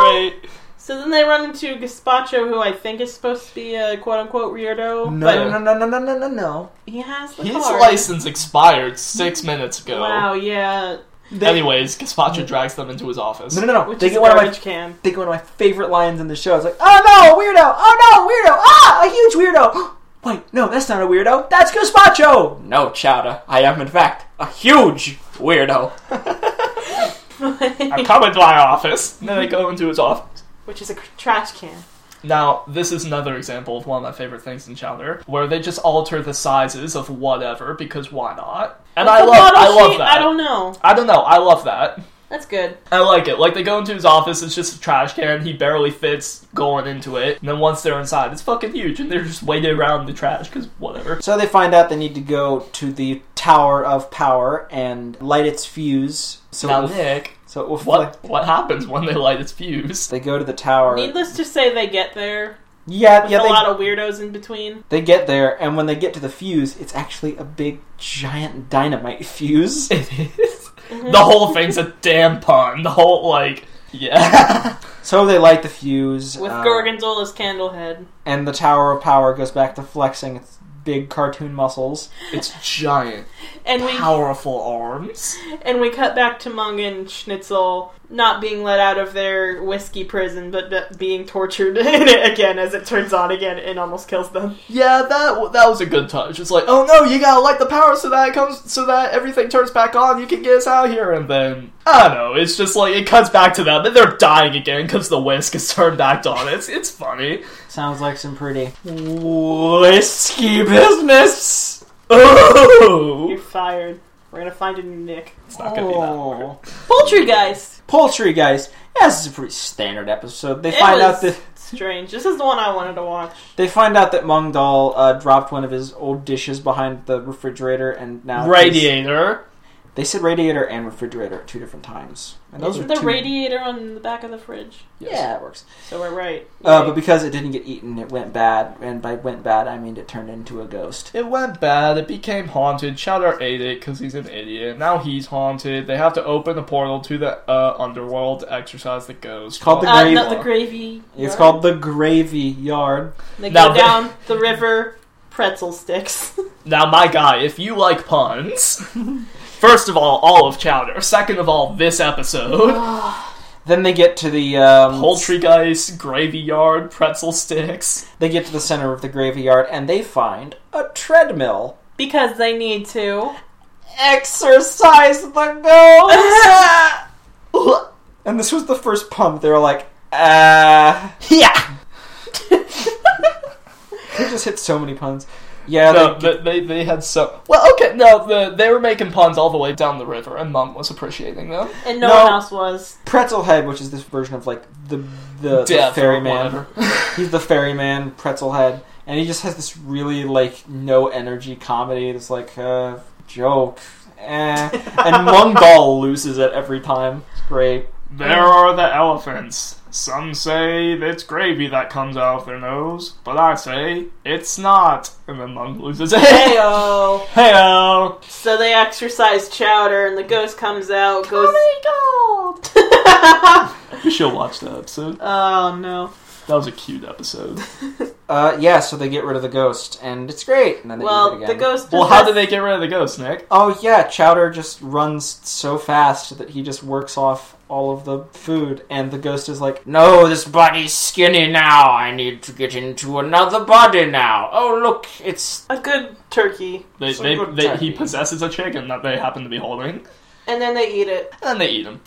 Speaker 2: great.
Speaker 4: so then they run into Gaspacho, who I think is supposed to be a quote unquote weirdo,
Speaker 3: No,
Speaker 4: but
Speaker 3: no, no, no, no, no, no, no.
Speaker 4: he has the
Speaker 2: His
Speaker 4: card.
Speaker 2: license expired six minutes ago.
Speaker 4: Wow, yeah,
Speaker 3: They,
Speaker 2: Anyways, Gaspacho drags them into his office.
Speaker 3: no, no, no.
Speaker 4: which
Speaker 3: They
Speaker 4: is
Speaker 3: get one of my
Speaker 4: garbage can.
Speaker 3: they get one of my favorite lines in the show. It's like, oh no, weirdo! Oh no, weirdo! Ah, a huge weirdo! Wait, no, that's not a weirdo. That's Gazpacho. No, Chowda, I am in fact a huge weirdo.
Speaker 2: I come into my office. And then they go into his office.
Speaker 4: which is a cr- trash can.
Speaker 2: Now, this is another example of one of my favorite things in Chowder, where they just alter the sizes of whatever because why not? And I
Speaker 4: The
Speaker 2: love,
Speaker 4: bottle
Speaker 2: I love
Speaker 4: sheet,
Speaker 2: that.
Speaker 4: I don't know.
Speaker 2: I don't know. I love that.
Speaker 4: That's good.
Speaker 2: I like it. Like they go into his office, it's just a trash can. He barely fits going into it, and then once they're inside, it's fucking huge, and they're just waiting around the trash because whatever.
Speaker 3: So they find out they need to go to the Tower of Power and light its fuse. So it
Speaker 2: Now
Speaker 3: will,
Speaker 2: Nick,
Speaker 3: so it will flick.
Speaker 2: what what happens when they light its fuse?
Speaker 3: They go to the tower.
Speaker 4: Needless to say, they get there
Speaker 3: yeah,
Speaker 4: with
Speaker 3: yeah.
Speaker 4: a
Speaker 3: They,
Speaker 4: lot of weirdos in between.
Speaker 3: they get there, and when they get to the fuse, it's actually a big, giant dynamite fuse.
Speaker 2: It is
Speaker 4: Mm-hmm.
Speaker 2: the whole thing's a damn pun. The whole like yeah,
Speaker 3: so they light the fuse
Speaker 4: With
Speaker 3: uh,
Speaker 4: Gorgonzola's candle head.
Speaker 3: and the Tower of Power goes back to flexing its big cartoon muscles.
Speaker 2: it's giant,
Speaker 4: And we
Speaker 2: powerful arms.
Speaker 4: and we cut back to Mung and Schnitzel not being let out of their whiskey prison, but be- being tortured in it again as it turns on again and almost kills them.
Speaker 2: Yeah, that w- that was a good touch. It's like, oh no, you gotta light the power so that it comes, so that everything turns back on. You can get us out here, and then I don't know. It's just like it cuts back to them, and they're dying again because the whisk is turned back on. It's it's funny.
Speaker 3: Sounds like some pretty
Speaker 2: Whiskey
Speaker 3: business.
Speaker 4: You're
Speaker 2: Oh,
Speaker 4: fired. We're gonna find a new Nick.
Speaker 2: it's not gonna be that. long.
Speaker 4: Poultry guys.
Speaker 3: Oh. Poultry guys. Yeah, this is a pretty standard episode. They
Speaker 4: It
Speaker 3: find
Speaker 4: was
Speaker 3: out that
Speaker 4: strange. This is the one I wanted to watch.
Speaker 3: they find out that Mong Dal uh, dropped one of his old dishes behind the refrigerator, and now
Speaker 2: Radiator.
Speaker 3: They said radiator and refrigerator at two different times, and those
Speaker 4: Isn't
Speaker 3: are
Speaker 4: the
Speaker 3: two-
Speaker 4: radiator on the back of the fridge?
Speaker 3: Yeah, it works.
Speaker 4: So we're right.
Speaker 3: Uh,
Speaker 4: Yay.
Speaker 3: but because it didn't get eaten, it went bad, and by went bad, I mean it turned into a ghost.
Speaker 2: It went bad. It became haunted. Chowder ate it because he's an idiot. Now he's haunted. They have to open the portal to the uh, underworld to exorcise the ghost.
Speaker 3: It's called the
Speaker 4: Uh,
Speaker 3: grave-
Speaker 4: not the gravy.
Speaker 3: It's
Speaker 4: yard.
Speaker 3: called the gravy yard.
Speaker 4: They
Speaker 2: Now
Speaker 4: go
Speaker 2: the-
Speaker 4: down the river pretzel sticks.
Speaker 2: Now, my guy, if you like puns, first of all, all of Chowder. Second of all, this episode.
Speaker 3: Then they get to the um,
Speaker 2: Poultrygeist, Graveyard, Pretzel Sticks.
Speaker 3: They get to the center of the graveyard and they find a treadmill.
Speaker 4: because they need to.
Speaker 3: Exercise the ghost. and this was the first pump. They were like, uh, yeah. they just hit so many puns. Yeah,
Speaker 2: No,
Speaker 3: they,
Speaker 2: they, they, they had so. Well, okay, no, the, they were making puns all the way down the river, and Mum was appreciating them.
Speaker 4: And no,
Speaker 3: No.
Speaker 4: one else was.
Speaker 3: Pretzel Head, which is this version of like the the, the
Speaker 2: Death or
Speaker 3: ferryman.
Speaker 2: whatever.
Speaker 3: He's the ferryman, Pretzel Head, and he just has this really like no energy comedy. That's like uh, joke, eh. and Mongol loses it every time. It's great.
Speaker 2: There are the elephants. Some say it's gravy that comes out of their nose, but I say it's not. And then Mum loses it.
Speaker 4: uh,
Speaker 2: uh,
Speaker 4: Heyo.
Speaker 2: Heyo!
Speaker 4: So they exercise chowder, and the ghost comes out. Goes.
Speaker 2: You should watch that episode.
Speaker 4: oh no.
Speaker 2: That was a cute episode.
Speaker 3: Uh, yeah, so they get rid of the ghost, and it's great. And then they eat it
Speaker 4: Well,
Speaker 3: again.
Speaker 4: the ghost.
Speaker 2: Well, how
Speaker 4: possess-
Speaker 2: did they get rid of the ghost, Nick?
Speaker 3: Oh yeah, Chowder just runs so fast that he just works off all of the food, and the ghost is like, "No, this body's skinny now. I need to get into another body now. Oh look, it's
Speaker 4: A good turkey,
Speaker 2: They,
Speaker 3: Some
Speaker 2: they,
Speaker 3: good
Speaker 2: they, he
Speaker 3: turkey.
Speaker 2: possesses a chicken that they happen to be holding, and
Speaker 4: and then they eat it.
Speaker 2: then they eat him.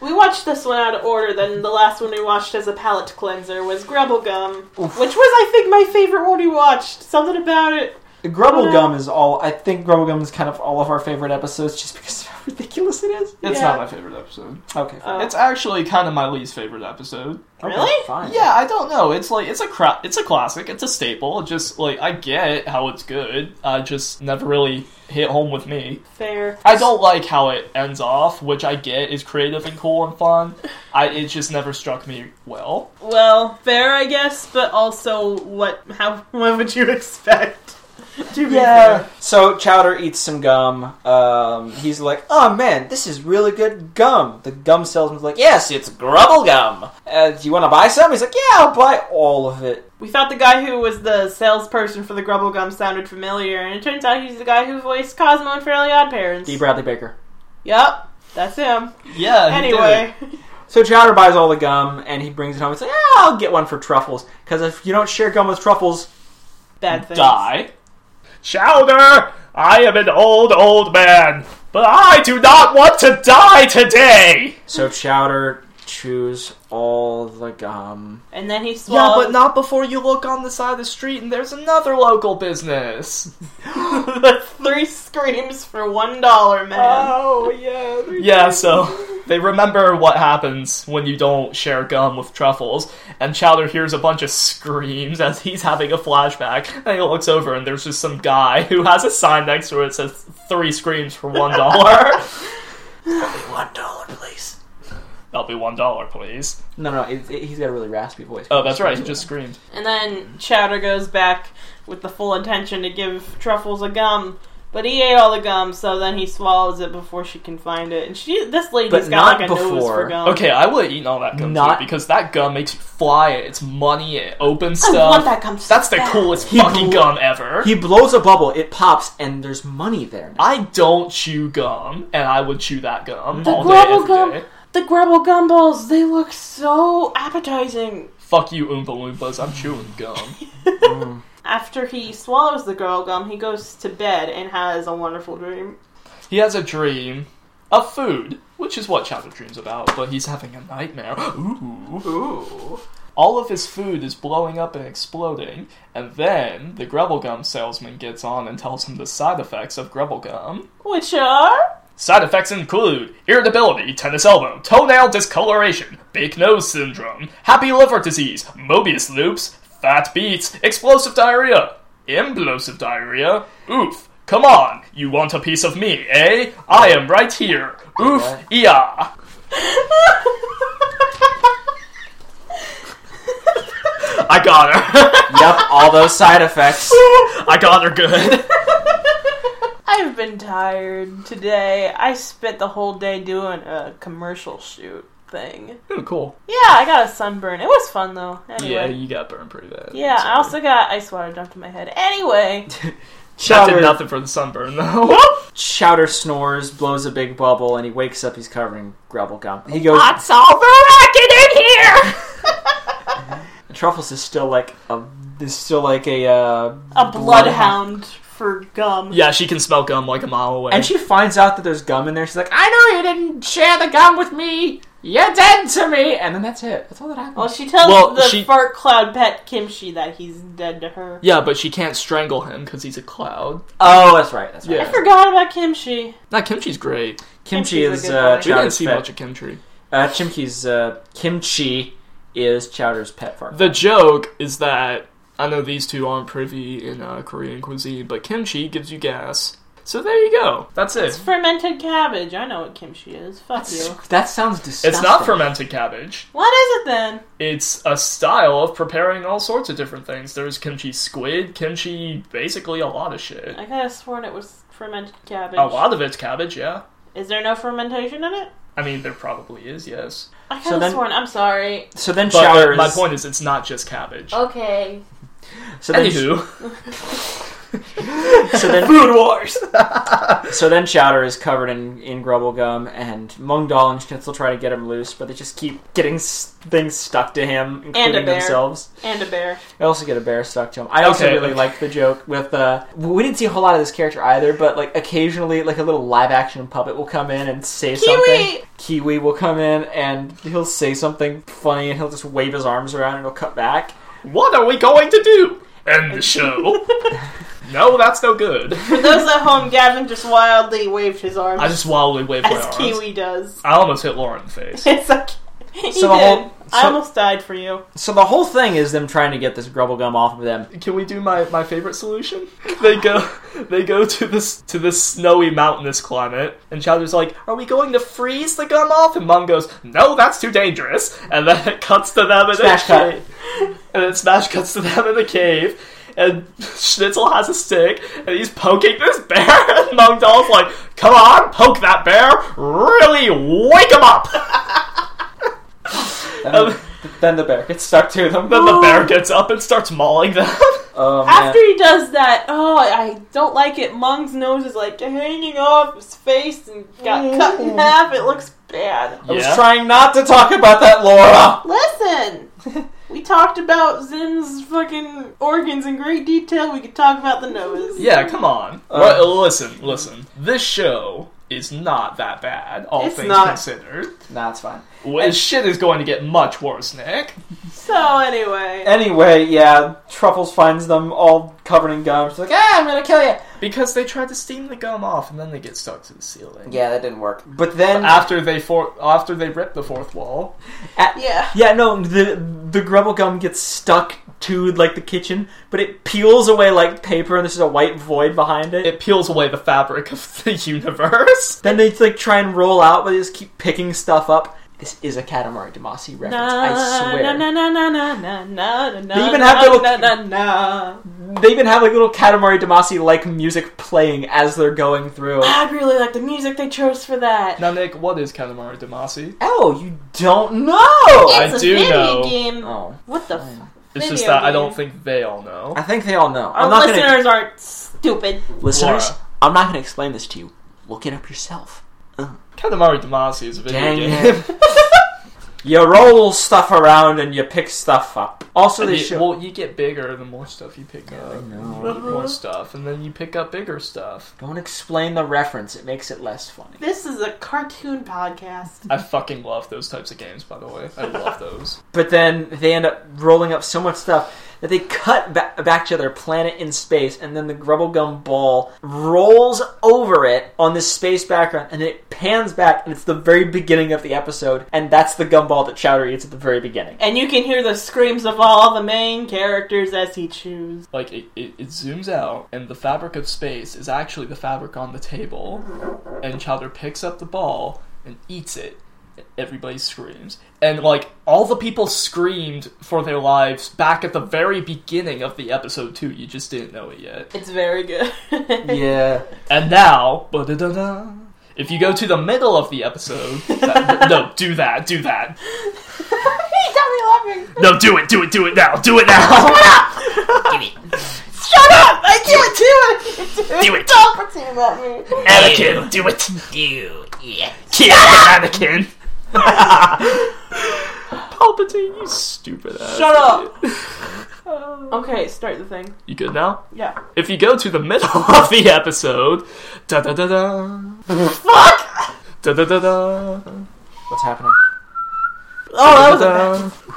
Speaker 4: We watched this one out of order. Then the last one we watched as a palate cleanser was Grabblegum, which was, I think, my favorite one we watched. Something about it
Speaker 3: Grubble Gum is all. I think Grubble Gum is kind of all of our favorite episodes, just because of how ridiculous it is.
Speaker 2: It's
Speaker 4: Yeah.
Speaker 2: not my favorite episode.
Speaker 3: Okay, fine.
Speaker 4: Oh.
Speaker 2: It's actually kind of my least favorite episode.
Speaker 3: Okay,
Speaker 4: Really?
Speaker 3: Fine.
Speaker 2: Yeah, I don't know. It's like it's a cra- it's a classic. It's a staple. Just like I get how it's good. I just never really hit home with me.
Speaker 4: Fair.
Speaker 2: I don't like how it ends off, which I get is creative and cool and fun. I it just never struck me well.
Speaker 4: Well, fair, I guess, but also, what? How? What would you expect? To be
Speaker 3: Yeah. So Chowder eats some gum. Um, he's like, "Oh man, this is really good gum." The gum salesman's like, "Yes, it's Grubble Gum. Uh, do you want to buy some?" He's like, "Yeah, I'll buy all of it."
Speaker 4: We thought the guy who was the salesperson for the Grubble Gum sounded familiar, and it turns out he's the guy who voiced Cosmo in Fairly Odd Parents.
Speaker 3: D. Bradley Baker.
Speaker 4: Yep, that's him.
Speaker 2: Yeah. he did.
Speaker 4: Anyway,
Speaker 3: So Chowder buys all the gum and he brings it home. He's like, "Yeah, I'll get one for Truffles because if you don't share gum with Truffles,
Speaker 4: bad thing.
Speaker 2: die. Chowder, I am an old old man, but I do not want to die today.
Speaker 3: So Chowder chews all the gum.
Speaker 4: And then he
Speaker 2: Yeah,
Speaker 4: swallowed.
Speaker 2: but not before you look on the side of the street and there's another local business.
Speaker 4: the three screams for one dollar, man.
Speaker 3: Oh yeah.
Speaker 2: Yeah, so they remember what happens when you don't share gum with truffles, and Chowder hears a bunch of screams as he's having a flashback, and he looks over and there's just some guy who has a sign next to it that says three screams for one dollar.
Speaker 3: One dollar, please.
Speaker 2: That'll be one dollar, please.
Speaker 3: No, no, it, it- he's got a really raspy voice.
Speaker 2: Oh, that's right, he just screamed.
Speaker 4: And then Chowder goes back with the full intention to give Truffles a gum. But he ate all the gum, so then he swallows it before she can find it. And she, this lady's
Speaker 3: But
Speaker 4: got like
Speaker 3: not
Speaker 4: a nose
Speaker 3: before.
Speaker 4: for gum.
Speaker 2: Okay, I would have eaten all that gum
Speaker 3: Not-
Speaker 2: too, because that gum makes you fly it. It's money, it opens
Speaker 4: I
Speaker 2: stuff.
Speaker 4: want that gum. so
Speaker 2: That's the
Speaker 4: bad.
Speaker 2: coolest
Speaker 3: He
Speaker 2: fucking
Speaker 3: blew-
Speaker 2: gum ever.
Speaker 3: He blows a bubble, it pops, and there's money there. now.
Speaker 2: I don't chew gum, and I would chew that gum all day,
Speaker 4: grubble
Speaker 2: every
Speaker 4: gum.
Speaker 2: day.
Speaker 4: The Grubble Gumballs, they look so appetizing.
Speaker 2: Fuck you, Oompa Loompas. I'm chewing gum.
Speaker 4: After he swallows the Grubble Gum, he goes to bed and has a wonderful dream.
Speaker 2: he has a dream of food, which is what Chowder dreams about, but he's having a nightmare. Ooh.
Speaker 4: Ooh.
Speaker 2: All of his food is blowing up and exploding, and then the Grubblegum salesman gets on and tells him the side effects of Grubblegum.
Speaker 4: Which are?
Speaker 2: Side effects include irritability, tennis elbow, toenail discoloration, big nose syndrome, happy liver disease, Mobius loops, fat beats, explosive diarrhea, implosive diarrhea. Oof, come on, you want a piece of me, eh? I am right here. Oof,
Speaker 3: Okay.
Speaker 2: yeah. I got her.
Speaker 3: yep, all those side effects.
Speaker 2: I got her good.
Speaker 4: I've been tired today. I spent the whole day doing a commercial shoot thing.
Speaker 2: Ooh, Oh, cool.
Speaker 4: Yeah, I got a sunburn. It was fun though.
Speaker 2: Yeah,
Speaker 4: Anyway.
Speaker 2: you got burned pretty bad.
Speaker 4: Yeah, I also got ice water dumped in my head. Anyway,
Speaker 2: That
Speaker 3: Chowder,
Speaker 2: did nothing for the sunburn, though.
Speaker 3: Chowder snores, blows a big bubble, and he wakes up. He's covering grubble gum. He goes.
Speaker 2: all racket in here!
Speaker 3: Truffles is still like a. Is still like a. Uh,
Speaker 4: a bloodhound for gum.
Speaker 2: Yeah, she can smell gum like a mile away.
Speaker 3: And she finds out that there's gum in there. She's like, I know you didn't share the gum with me. You're dead to me. And then that's it. That's all that happens.
Speaker 4: Well, she tells
Speaker 2: Well,
Speaker 4: the
Speaker 2: she-
Speaker 4: fart cloud pet Kimchi that he's dead to her.
Speaker 2: yeah, but she can't strangle him because he's a cloud.
Speaker 3: oh, that's right. That's right.
Speaker 2: Yeah.
Speaker 4: I forgot about Kimchi.
Speaker 2: Nah, Kimchi's great.
Speaker 3: Kimchi
Speaker 4: Kimchi's a
Speaker 3: is
Speaker 4: good
Speaker 3: uh,
Speaker 4: one.
Speaker 2: We didn't
Speaker 3: Chowder's
Speaker 2: see
Speaker 3: pet.
Speaker 2: much of Kimchi.
Speaker 3: Uh, Chimchi's uh, Kimchi is Chowder's pet fart.
Speaker 2: The joke is that I know these two aren't privy in uh, Korean cuisine, but kimchi gives you gas. So there you go. That's it.
Speaker 4: It's fermented cabbage. I know what Kimchi is. Fuck you.
Speaker 3: that sounds disgusting.
Speaker 2: It's not fermented cabbage.
Speaker 4: What is it then?
Speaker 2: It's a style of preparing all sorts of different things. There's kimchi squid, kimchi, basically a lot of shit.
Speaker 4: I could have sworn it was fermented cabbage.
Speaker 2: A lot of it's cabbage, yeah.
Speaker 4: Is there no fermentation in it?
Speaker 2: I mean, there probably is, yes.
Speaker 4: I could
Speaker 3: So
Speaker 4: have
Speaker 3: then-
Speaker 4: sworn. I'm sorry.
Speaker 3: So then
Speaker 2: But uh,
Speaker 3: Chowder.
Speaker 2: my
Speaker 3: is-
Speaker 2: point is, it's not just cabbage.
Speaker 3: Oh,
Speaker 6: Okay.
Speaker 3: So then,
Speaker 2: Anywho,
Speaker 3: so then,
Speaker 2: food wars.
Speaker 3: so then Chowder is covered in in grubble gum, and Mungdal and Schnitzel try to get him loose, but they just keep getting s- things stuck to him, including
Speaker 4: bear.
Speaker 3: themselves.
Speaker 4: And a bear.
Speaker 3: They also get a bear stuck to him. I also
Speaker 2: Okay,
Speaker 3: really
Speaker 2: okay.
Speaker 3: like the joke with uh, we didn't see a whole lot of this character either, but like occasionally, like a little live action puppet will come in and say something.
Speaker 4: Kiwi.
Speaker 3: Kiwi will come in and he'll say something funny, and he'll just wave his arms around, and it'll cut back.
Speaker 2: What are we going to do? End the show. No, that's no good.
Speaker 4: For those at home, Gavin just wildly waved his arms.
Speaker 2: I just wildly waved my
Speaker 4: as
Speaker 2: arms.
Speaker 4: Kiwi does.
Speaker 2: I almost hit Laura in the face.
Speaker 4: It's like he
Speaker 3: So the
Speaker 4: did.
Speaker 3: whole-
Speaker 4: I
Speaker 3: so-
Speaker 4: almost died for you.
Speaker 3: So the whole thing is them trying to get this grubble gum off of them.
Speaker 2: Can we do my, my favorite solution? They go they go to this to this snowy mountainous climate, and Chowder's like, "Are we going to freeze the gum off?" And Mom goes, "No, that's too dangerous." And then it cuts to them in
Speaker 3: Smash
Speaker 2: a
Speaker 3: cut.
Speaker 2: cave, and then smash cuts to them in the cave. And Schnitzel has a stick, and he's poking this bear. And Mung Doll's like, "Come on, poke that bear! Really wake him up!"
Speaker 3: Then,
Speaker 2: Um,
Speaker 3: then the bear gets stuck to them.
Speaker 2: Then the bear gets up and starts mauling them.
Speaker 3: Oh, man.
Speaker 4: After he does that, oh, I don't like it. Mung's nose is like hanging off his face and got
Speaker 3: Mm.
Speaker 4: cut in half. It looks bad.
Speaker 3: I was
Speaker 2: Yeah.
Speaker 3: trying not to talk about that, Laura.
Speaker 4: Listen, we talked about Zin's fucking organs in great detail. We could talk about the nose.
Speaker 2: Yeah, come on.
Speaker 3: Uh,
Speaker 2: Well, listen, listen. This show is not that bad, all
Speaker 4: It's
Speaker 2: things
Speaker 4: not.
Speaker 2: considered.
Speaker 3: Nah, it's fine.
Speaker 2: Well, shit is going to get much worse, Nick.
Speaker 4: So anyway,
Speaker 3: Anyway, yeah, Truffles finds them all covered in gum. She's like, ah, I'm gonna kill you.
Speaker 2: Because they tried to steam the gum off and then they get stuck to the ceiling.
Speaker 3: Yeah, that didn't work. But then,
Speaker 2: After they for- after they rip the fourth wall.
Speaker 4: yeah.
Speaker 3: yeah, no, the the grubble gum gets stuck to like the kitchen, but it peels away like paper, and there's just a white void behind it.
Speaker 2: It peels away the fabric of the universe.
Speaker 3: then they like try and roll out, but they just keep picking stuff up. This is a Katamari Damacy reference, I swear.
Speaker 4: Na, na, na, na, na, na, na,
Speaker 3: They even
Speaker 4: na,
Speaker 3: have little-
Speaker 4: na, na, na.
Speaker 3: They even have like little Katamari Damacy like music playing as they're going through.
Speaker 4: I really like the music they chose for that.
Speaker 2: Now, Nick, what is Katamari Damacy?
Speaker 3: Oh, you don't know.
Speaker 4: It's
Speaker 2: I
Speaker 4: a
Speaker 2: do
Speaker 4: video
Speaker 2: know.
Speaker 4: game.
Speaker 3: Oh,
Speaker 4: What the fuck?
Speaker 2: It's
Speaker 4: Video
Speaker 2: just that I
Speaker 4: game.
Speaker 2: don't think they all know.
Speaker 3: I think they all know.
Speaker 4: Our
Speaker 3: I'm not gonna
Speaker 4: listeners aren't stupid.
Speaker 3: listeners.
Speaker 2: Laura.
Speaker 3: I'm not gonna explain this to you. Look it up yourself.
Speaker 2: Katamari Damacy is a video
Speaker 3: Dang
Speaker 2: game.
Speaker 3: it. You roll stuff around and you pick stuff up. Also,
Speaker 2: And
Speaker 3: they
Speaker 2: you-
Speaker 3: show.
Speaker 2: well, you get bigger the more stuff you pick up.
Speaker 3: I know.
Speaker 2: You need more stuff, and then you pick up bigger stuff.
Speaker 3: don't explain the reference. It makes it less funny.
Speaker 4: This is a cartoon podcast.
Speaker 2: I fucking love those types of games, by the way. I love those.
Speaker 3: But then they end up rolling up so much stuff that they cut ba- back to their planet in space, and then the Grubblegum ball rolls over it on this space background, and it pans back, and it's the very beginning of the episode, and that's the gumball that Chowder eats at the very beginning.
Speaker 4: And you can hear the screams of all the main characters as he chews.
Speaker 2: Like, it, it, it zooms out, and the fabric of space is actually the fabric on the table, and Chowder picks up the ball and eats it. Everybody screams. And, like, all the people screamed for their lives back at the very beginning of the episode, too. You just didn't know it yet.
Speaker 4: It's very good.
Speaker 3: Yeah.
Speaker 2: And now, ba-da-da-da, if you go to the middle of the episode, that- no, do that, do that.
Speaker 4: he got me laughing.
Speaker 2: No, do it, do it, do it now, do it now,
Speaker 4: Shut up! I do it too! I
Speaker 2: do it,
Speaker 4: Stop pretending about me.
Speaker 2: Anakin, do it,
Speaker 6: You, yeah.
Speaker 2: kill Anakin. Palpatine, you stupid ass.
Speaker 4: Shut up! okay, start the thing.
Speaker 2: You good now?
Speaker 4: Yeah.
Speaker 2: If you go to the middle of the episode, da da da da,
Speaker 4: Fuck!
Speaker 2: da da da da,
Speaker 3: What's happening?
Speaker 4: Oh, that was a bad.
Speaker 2: da.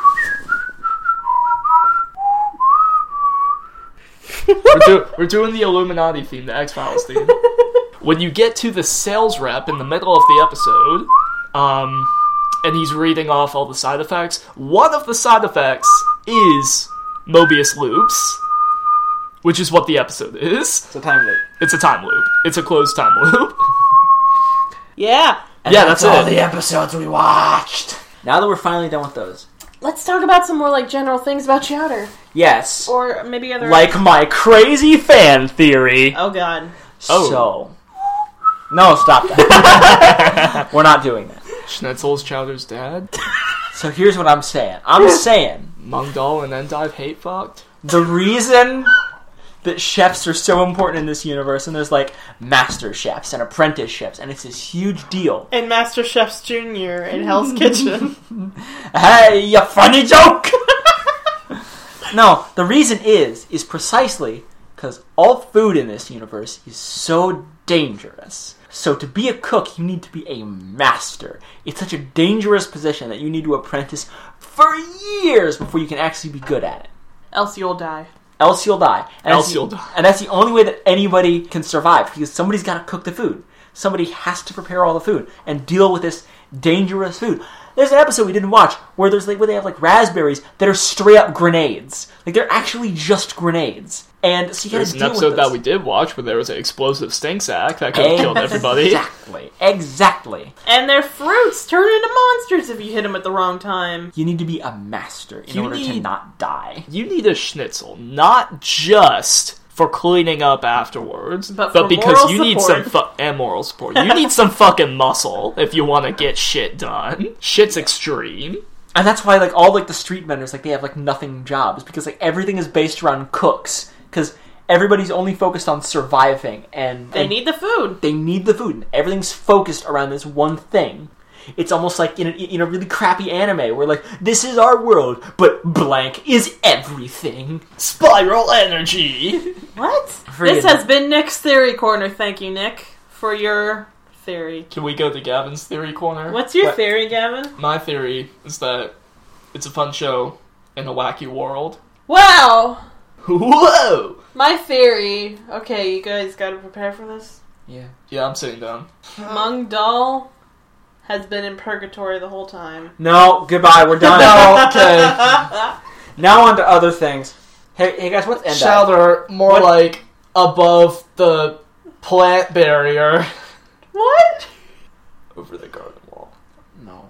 Speaker 2: we're, do- we're doing the Illuminati theme, the X Files theme. when you get to the sales rep in the middle of the episode, um, and he's reading off all the side effects, one of the side effects is Mobius loops, which is what the episode is.
Speaker 3: It's a time loop.
Speaker 2: It's a time loop. It's a closed time loop.
Speaker 4: Yeah.
Speaker 2: yeah, that's,
Speaker 3: all
Speaker 2: it.
Speaker 3: the episodes we watched. Now that we're finally done with those.
Speaker 4: Let's talk about some more like general things about Chowder.
Speaker 3: Yes.
Speaker 4: Or maybe other
Speaker 3: Like my crazy fan theory.
Speaker 4: Oh god.
Speaker 2: Oh.
Speaker 3: So. No, stop that. we're not doing that.
Speaker 2: Schnitzel's Chowder's dad.
Speaker 3: So here's what I'm saying. I'm saying
Speaker 2: Mungdal and Endive hate fucked.
Speaker 3: the reason that chefs are so important in this universe, and there's like master chefs and apprentice chefs, and it's this huge deal.
Speaker 4: And Master Chef's Junior in Hell's Kitchen.
Speaker 3: Hey, you funny joke! no, the reason is, is precisely because all food in this universe is so dangerous. So to be a cook, you need to be a master. It's such a dangerous position that you need to apprentice for years before you can actually be good at it.
Speaker 4: Else you'll die.
Speaker 3: Else you'll die. And
Speaker 2: Else
Speaker 3: that's
Speaker 2: you'll
Speaker 3: the,
Speaker 2: die.
Speaker 3: And that's the only way that anybody can survive because somebody's got to cook the food. Somebody has to prepare all the food and deal with this dangerous food. There's an episode we didn't watch where there's like where they have like raspberries that are straight up grenades. Like they're actually just grenades. And so you got
Speaker 2: There's
Speaker 3: to
Speaker 2: an
Speaker 3: deal with
Speaker 2: episode
Speaker 3: this.
Speaker 2: that we did watch where there was an explosive stink sack that could have killed everybody.
Speaker 3: Exactly. Exactly.
Speaker 4: And their fruits turn into monsters if you hit them at the wrong time.
Speaker 3: You need to be a master in
Speaker 2: You
Speaker 3: order to
Speaker 2: need-
Speaker 3: not die.
Speaker 2: You need a schnitzel, not just for cleaning up afterwards,
Speaker 4: But
Speaker 2: but,
Speaker 4: for
Speaker 2: because
Speaker 4: moral
Speaker 2: you need some
Speaker 4: support.
Speaker 2: fu- and moral support. You need some fucking muscle if you want to get shit done. Shit's extreme.
Speaker 3: And that's why like all like the street vendors like they have like nothing jobs because like everything is based around cooks cuz everybody's only focused on surviving and
Speaker 4: They
Speaker 3: and
Speaker 4: need the food.
Speaker 3: they need the food and everything's focused around this one thing. It's almost like in a, in a really crappy anime where like this is our world but blank is everything.
Speaker 2: Spiral energy.
Speaker 4: What?
Speaker 3: Forget
Speaker 4: this has been Nick's Theory Corner. Thank you, Nick, for your theory.
Speaker 2: Can we go to Gavin's theory corner?
Speaker 4: What's your
Speaker 3: What?
Speaker 4: theory, Gavin?
Speaker 2: My theory is that it's a fun show in a wacky world.
Speaker 4: Well,
Speaker 2: Whoa!
Speaker 4: my theory. Okay, you guys gotta prepare for this.
Speaker 3: Yeah.
Speaker 2: Yeah, I'm sitting down.
Speaker 4: Mung Dal has been in purgatory the whole time.
Speaker 3: No, goodbye. We're done.
Speaker 4: No,
Speaker 3: okay. now on to other things. Hey, hey guys, what's end up?
Speaker 2: Shelter, more
Speaker 3: What-
Speaker 2: like above the plant barrier
Speaker 4: What?
Speaker 2: over the garden wall.
Speaker 3: No.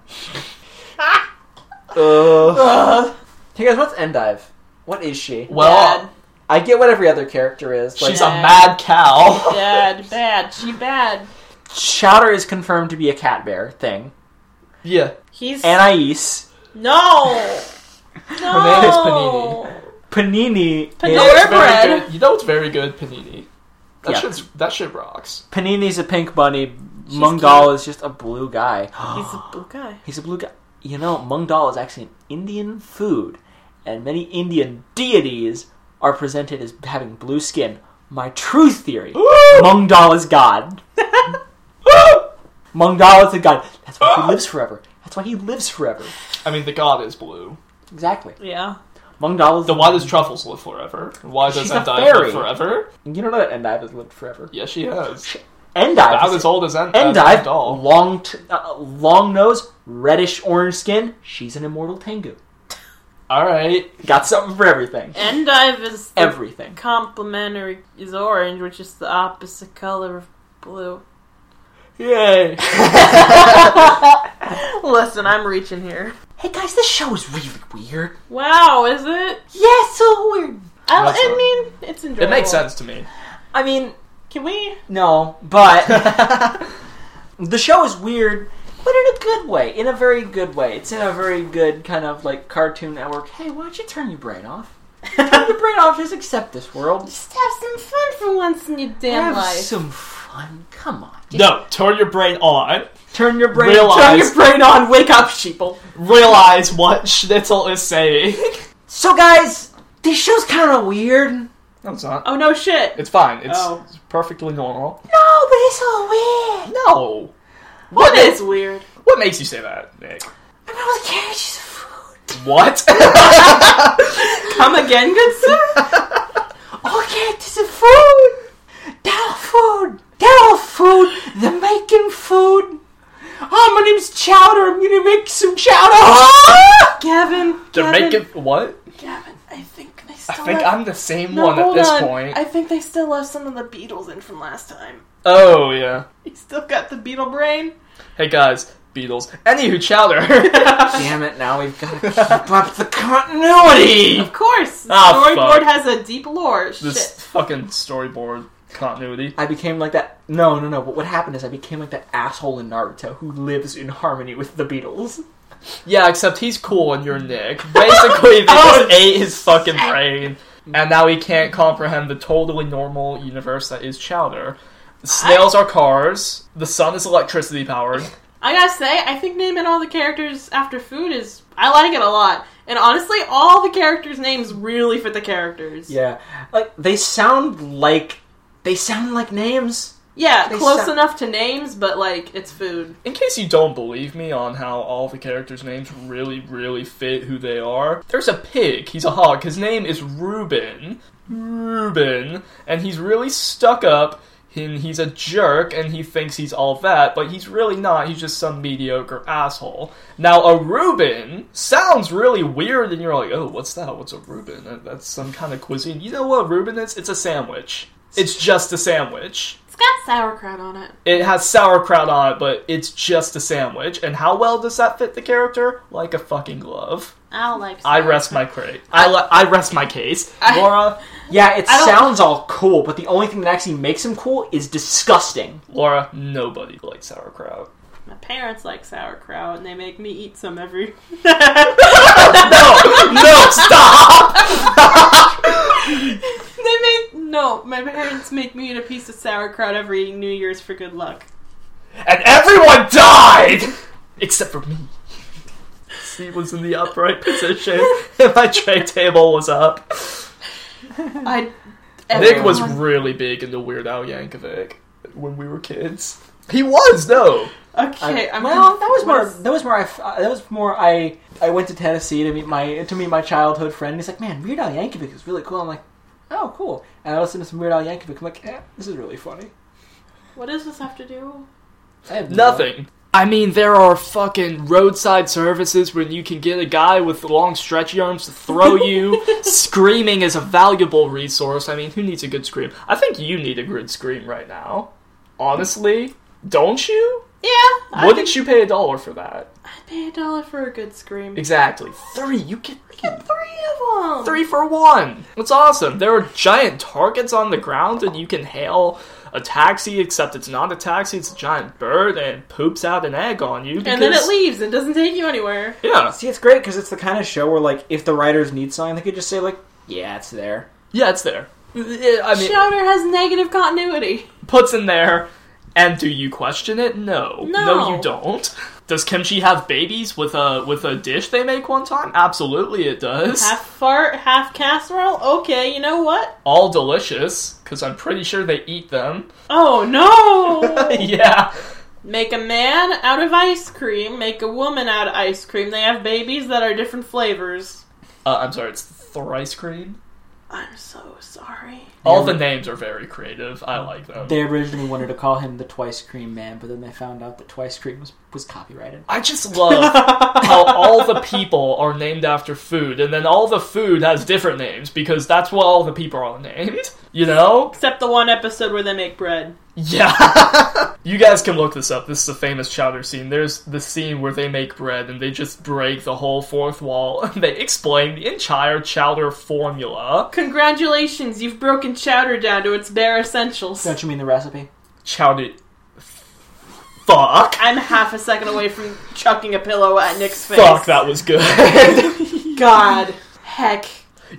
Speaker 3: Ugh. Hey guys, what's Endive? What is she?
Speaker 2: Well,
Speaker 4: Bad.
Speaker 3: I get what every other character is. Like,
Speaker 2: she's a mad cow.
Speaker 4: Bad, bad. She bad.
Speaker 3: Chowder is confirmed to be a cat bear thing.
Speaker 2: yeah.
Speaker 4: He's
Speaker 3: Anais.
Speaker 4: no, no.
Speaker 2: name is Panini.
Speaker 3: Panini.
Speaker 4: Panini.
Speaker 2: You know
Speaker 3: Is,
Speaker 4: They're
Speaker 2: what's very
Speaker 4: bred.
Speaker 2: good? You know what's very good, panini. That
Speaker 3: Yeah.
Speaker 2: shit's that shit rocks.
Speaker 3: Panini's a pink bunny. Mung Dal is just a blue guy.
Speaker 4: He's a blue guy.
Speaker 3: He's a blue guy. You know, Mung Dal is actually an Indian food, and many Indian deities are presented as having blue skin. My true theory Mung Dal is God. Mung Dal is a god. That's why he lives forever. That's why he lives forever.
Speaker 2: I mean, the god is blue.
Speaker 3: Exactly.
Speaker 4: Yeah.
Speaker 3: Mung Dal is
Speaker 2: Then why does truffles live forever? Why does
Speaker 3: She's a
Speaker 2: Endive
Speaker 3: fairy.
Speaker 2: live forever?
Speaker 3: You don't know that Endive has lived forever.
Speaker 2: Yeah, she has.
Speaker 3: Endive.
Speaker 2: About
Speaker 3: is-
Speaker 2: as old as End-
Speaker 3: Endive,
Speaker 2: Doll.
Speaker 3: long, t- uh, long nose, reddish orange skin. She's an immortal Tengu.
Speaker 2: All right.
Speaker 3: Got something for everything.
Speaker 4: Endive is the
Speaker 3: Everything.
Speaker 4: complementary is orange, which is the opposite color of blue.
Speaker 2: Yay.
Speaker 4: Listen, I'm reaching here.
Speaker 3: Hey guys, this show is really weird.
Speaker 4: Wow, is it?
Speaker 3: Yeah, it's so weird.
Speaker 4: Oh, I,
Speaker 2: That's not-
Speaker 4: I mean, it's enjoyable.
Speaker 2: It makes sense to me.
Speaker 3: I mean,
Speaker 4: Can we?
Speaker 3: no, but the show is weird, but in a good way. In a very good way. It's in a very good kind of like Cartoon Network. Hey, why don't you turn your brain off? Turn your brain off. Just accept this world.
Speaker 4: Just have some fun for once in your damn
Speaker 3: Have
Speaker 4: life.
Speaker 3: some fun. Come on.
Speaker 2: No, turn your brain on.
Speaker 3: Turn your brain. Turn your
Speaker 2: Realize-
Speaker 3: brain on. Wake up, sheeple.
Speaker 2: Realize what Schnitzel is saying.
Speaker 3: So guys, this show's kind of weird. No,
Speaker 2: No, it's not.
Speaker 4: oh no, shit.
Speaker 2: It's fine. It's,
Speaker 4: Oh.
Speaker 2: it's perfectly normal.
Speaker 3: but it's so weird.
Speaker 2: No.
Speaker 4: What is weird?
Speaker 2: What makes you say that, Nick?
Speaker 3: I'm all the carriages of food.
Speaker 2: What?
Speaker 4: Come again, good sir.
Speaker 3: All characters of food. They're all food. They're all food. They're making food. Oh, my name's Chowder. I'm gonna make some chowder.
Speaker 4: Gavin.
Speaker 2: They're
Speaker 4: Gavin,
Speaker 2: making what?
Speaker 4: Gavin, I think they
Speaker 2: I
Speaker 4: still.
Speaker 2: think
Speaker 4: left-
Speaker 2: I'm the same
Speaker 4: No,
Speaker 2: one at
Speaker 4: hold
Speaker 2: this
Speaker 4: on.
Speaker 2: point.
Speaker 4: I think they still left some of the Beatles in from last time.
Speaker 2: Oh yeah.
Speaker 4: You still got the Beatle brain.
Speaker 2: Hey guys, Beatles. Anywho, Chowder.
Speaker 3: Damn it! Now we've got to keep up the continuity.
Speaker 4: Of course, the
Speaker 2: Ah, fuck.
Speaker 4: storyboard has a deep lore.
Speaker 2: this
Speaker 4: Shit.
Speaker 2: fucking storyboard continuity.
Speaker 3: I became like that. No, no, no. But what happened is I became like that asshole in Naruto who lives in harmony with the Beatles.
Speaker 2: Yeah, except he's cool and you're Nick. Basically, they
Speaker 4: Oh.
Speaker 2: just ate his fucking brain, and now he can't comprehend the totally normal universe that is Chowder. Snails are cars. The sun is electricity powered.
Speaker 4: I gotta say, I think naming all the characters after food is I like it a lot. And honestly, all the characters' names really fit the characters.
Speaker 3: Yeah, like they sound like they sound like names.
Speaker 4: Yeah,
Speaker 6: They
Speaker 4: close
Speaker 6: suck.
Speaker 4: enough to names, but like it's food.
Speaker 2: In case you don't believe me on how all the characters' names really, really fit who they are, there's a pig. He's a hog. His name is Reuben. Reuben. And he's really stuck up. And he's a jerk and he thinks he's all that, but he's really not. He's just some mediocre asshole. Now, a Reuben sounds really weird, and you're like, oh, what's that? What's a Reuben? That- That's some kind of cuisine. You know what a Reuben is? It's a sandwich. It's just a sandwich.
Speaker 4: It's got sauerkraut on it.
Speaker 2: It has sauerkraut on it, but it's just a sandwich. And how well does that fit the character? Like a fucking glove.
Speaker 4: I'll like.
Speaker 2: I rest my crate. I, le- I rest my case. Laura,
Speaker 3: Yeah, it
Speaker 4: I don't-
Speaker 3: sounds all cool, but the only thing that actually makes him cool is disgusting.
Speaker 2: Laura, nobody likes sauerkraut.
Speaker 4: My parents like sauerkraut, and they make me eat some every.
Speaker 2: No, no, stop.
Speaker 4: They make no. My parents make me eat a piece of sauerkraut every New Year's for good luck.
Speaker 2: And everyone died except for me. Steve was in the upright position, and my tray table was up.
Speaker 4: I.
Speaker 2: Nick was
Speaker 4: everyone-
Speaker 2: really big into Weird Al Yankovic when we were kids. He was though.
Speaker 4: okay.
Speaker 3: I-
Speaker 4: I'm
Speaker 3: Uh, well, that was
Speaker 4: what
Speaker 3: more.
Speaker 4: is-
Speaker 3: That was more. I, f- uh, that was more. I I went to Tennessee to meet my to meet my childhood friend. He's like, man, Weird Al Yankovic is really cool. I'm like, oh, cool. And I listened to some Weird Al Yankovic. I'm like, eh, this is really funny.
Speaker 4: What does this have to do?
Speaker 3: I have no-
Speaker 2: Nothing. I mean, there are fucking roadside services when you can get a guy with long stretchy arms to throw you. Screaming is a valuable resource. I mean, who needs a good scream? I think you need a good scream right now. Honestly, don't you?
Speaker 4: Yeah. I
Speaker 2: Wouldn't you pay a dollar for that?
Speaker 4: I'd pay a dollar for a good scream.
Speaker 2: Exactly. Three. You get
Speaker 4: Three of them.
Speaker 2: three for one. That's awesome. There are giant targets on the ground, and you can hail a taxi, except it's not a taxi, it's a giant bird, and it poops out an egg on you.
Speaker 4: And then it
Speaker 2: because-
Speaker 4: leaves. It doesn't take you anywhere.
Speaker 2: Yeah.
Speaker 3: See, it's great because it's the kind of show where like if the writers need something, they could just say like, yeah, it's there.
Speaker 2: Yeah, it's there. It- I mean,
Speaker 4: Chowder has negative continuity.
Speaker 2: puts in there, and do you question it? No,
Speaker 4: No.
Speaker 2: you don't. Does kimchi have babies with a with a dish they make one time? Absolutely, it does.
Speaker 4: Half fart, half casserole. Okay, you know what?
Speaker 2: All delicious because I'm pretty sure they eat them.
Speaker 4: Oh no!
Speaker 2: yeah,
Speaker 4: make a man out of ice cream. Make a woman out of ice cream. They have babies that are different flavors.
Speaker 2: uh, I'm sorry, it's thrice cream.
Speaker 4: I'm so sorry.
Speaker 2: All the names are very creative. I like them.
Speaker 3: They originally wanted to call him the Twice Cream Man, but then they found out that Twice Cream was was copyrighted.
Speaker 2: I just love how all the people are named after food, and then all the food has different names because that's what all the people are named. You know,
Speaker 4: Except the one episode where they make bread.
Speaker 2: Yeah. you guys can look this up. This is a famous chowder scene. There's the scene where they make bread and they just break the whole fourth wall and they explain the entire chowder formula.
Speaker 4: Congratulations, you've broken chowder down to its bare essentials.
Speaker 3: Don't you mean the recipe?
Speaker 2: Chowder. Fuck.
Speaker 4: I'm half a second away from chucking a pillow at Nick's face.
Speaker 2: Fuck, that was good.
Speaker 4: God. Heck.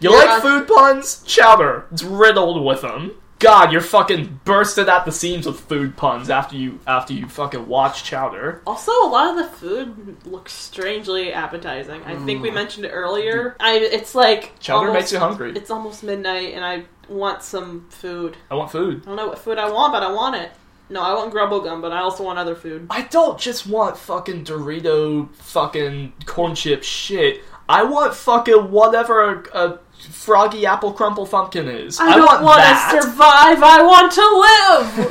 Speaker 2: you
Speaker 4: You're
Speaker 2: like
Speaker 4: on-
Speaker 2: food puns? Chowder. It's riddled with them. God, you're fucking bursted at the seams with food puns after you after you fucking watch Chowder.
Speaker 4: Also, a lot of the food looks strangely appetizing. I think we mentioned it earlier. I it's like
Speaker 2: Mm. Chowder
Speaker 4: almost-
Speaker 2: makes you hungry.
Speaker 4: It's almost midnight, and I want some food.
Speaker 2: I want food.
Speaker 4: I don't know what food I want, but I want it. No, I want grubble gum, but I also want other food.
Speaker 2: I don't just want fucking Dorito fucking corn chip shit. I want fucking whatever a, a froggy apple crumple pumpkin is. I,
Speaker 4: don't
Speaker 2: want
Speaker 4: wanna
Speaker 2: that.
Speaker 4: survive. I want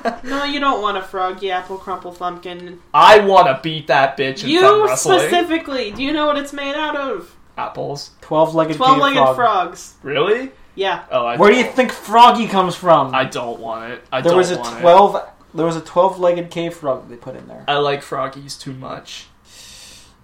Speaker 4: to live. no, you don't want a froggy apple crumple pumpkin.
Speaker 2: I want to beat that bitch in thumb eh?
Speaker 4: You
Speaker 2: wrestling.
Speaker 4: specifically. Do you know what it's made out of?
Speaker 2: Apples.
Speaker 3: Twelve-legged,
Speaker 4: Twelve-legged
Speaker 3: frog.
Speaker 4: frogs.
Speaker 2: Really?
Speaker 4: Yeah.
Speaker 2: Oh, I
Speaker 3: Where do you
Speaker 2: don't-
Speaker 3: think Froggy comes from?
Speaker 2: I don't want it. I
Speaker 3: there
Speaker 2: don't
Speaker 3: was a
Speaker 2: want it.
Speaker 3: twelve. There was a twelve-legged cave frog they put in there.
Speaker 2: I like froggies too much.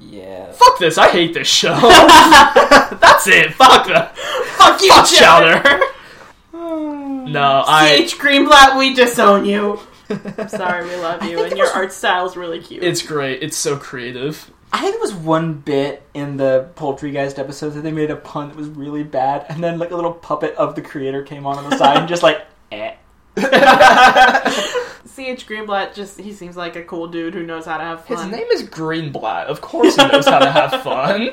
Speaker 3: Yeah.
Speaker 2: Fuck this. I hate this show. That's it. Fuck the. Fuck you, Chowder. no, I.
Speaker 4: Ch Greenblatt, we disown you. I'm sorry, we love you,
Speaker 3: think
Speaker 4: and
Speaker 3: it
Speaker 4: your
Speaker 3: was-
Speaker 4: art style's really cute.
Speaker 2: It's great. It's so creative.
Speaker 3: I think there was one bit in the Poultrygeist episode that they made a pun that was really bad, and then like a little puppet of the creator came on on the side and just like, eh.
Speaker 4: See, H. Greenblatt just he seems like a cool dude who knows how to have fun.
Speaker 2: His name is Greenblatt. Of course he knows how to have fun.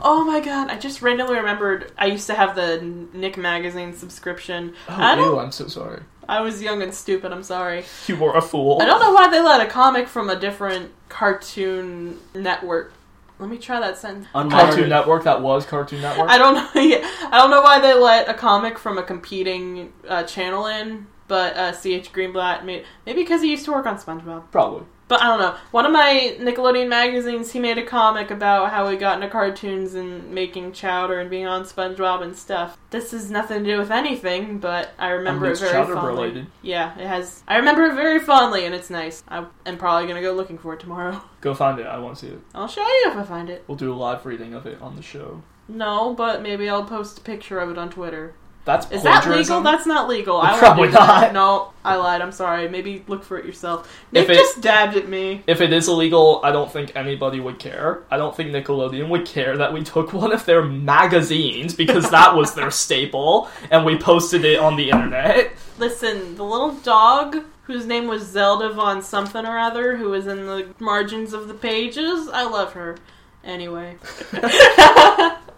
Speaker 4: Oh my god! I just randomly remembered I used to have the Nick magazine subscription.
Speaker 2: Oh,
Speaker 4: I don't.
Speaker 2: ew, I'm so sorry.
Speaker 4: I was young and stupid. I'm sorry.
Speaker 2: You were a fool.
Speaker 4: I don't know why they let a comic from a different cartoon network. Let me try that sentence.
Speaker 2: Cartoon
Speaker 3: Unmerited.
Speaker 2: Network, that was Cartoon Network.
Speaker 4: I don't know. yeah, I don't know why they let a comic from a competing uh, channel in, but uh, C.H. Greenblatt made maybe because he used to work on SpongeBob.
Speaker 2: Probably.
Speaker 4: But I don't know. One of my Nickelodeon magazines, he made a comic about how he got into cartoons and making chowder and being on SpongeBob and stuff. This has nothing to do with anything, but I remember
Speaker 2: Um,
Speaker 4: it
Speaker 2: it's
Speaker 4: very
Speaker 2: chowder
Speaker 4: fondly.
Speaker 2: related.
Speaker 4: Yeah, it has. I remember it very fondly, and it's nice. I am probably gonna go looking for it tomorrow.
Speaker 2: Go find it. I want to see it.
Speaker 4: I'll show you if I find it.
Speaker 2: We'll do a live reading of it on the show.
Speaker 4: No, but maybe I'll post a picture of it on Twitter.
Speaker 2: That's
Speaker 4: Is that legal?
Speaker 2: plagiarism.
Speaker 4: That's not legal. I won't
Speaker 2: Probably
Speaker 4: do
Speaker 2: not.
Speaker 4: that. No, I lied. I'm sorry. Maybe look for it yourself. Nick
Speaker 2: If it-
Speaker 4: just dabbed at me.
Speaker 2: if it is illegal, I don't think anybody would care. I don't think Nickelodeon would care that we took one of their magazines because that was their staple and we posted it on the internet.
Speaker 4: Listen, the little dog whose name was Zelda von something or other, who was in the margins of the pages. I love her. Anyway,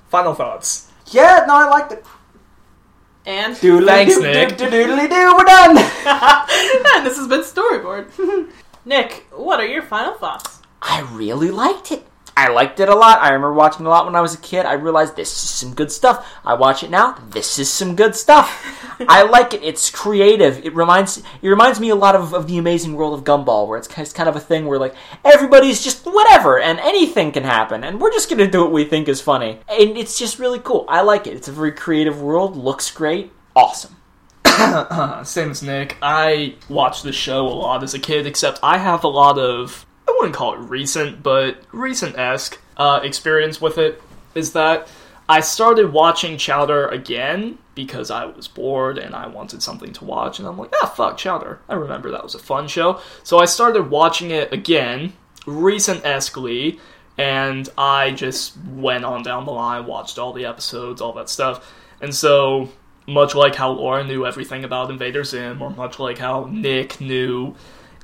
Speaker 2: Final thoughts.
Speaker 3: Yeah, no, I liked it.
Speaker 4: and
Speaker 3: Do
Speaker 2: Thanks,
Speaker 3: do,
Speaker 2: Nick.
Speaker 3: Do, do, doodly do, we're done.
Speaker 4: and this has been storyboard. Nick, what are your final thoughts?
Speaker 3: I really liked it. I liked it a lot. I remember watching it a lot when I was a kid. I realized this is some good stuff. I watch it now. This is some good stuff. I like it. It's creative. It reminds it reminds me a lot of, of the amazing world of Gumball, where it's kind, it's kind of a thing where like everybody's just whatever and anything can happen, and we're just gonna do what we think is funny. And it's just really cool. I like it. It's a very creative world. Looks great. Awesome.
Speaker 2: Uh, same as Nick, I watched the show a lot as a kid, except I have a lot of, I wouldn't call it recent, but recent esque uh, experience with it. Is that I started watching Chowder again because I was bored and I wanted something to watch, and I'm like, ah, fuck, Chowder. I remember that was a fun show. So I started watching it again, recent esquely, and I just went on down the line, watched all the episodes, all that stuff. And so, much like how Laura knew everything about Invader Zim, or much like how Nick knew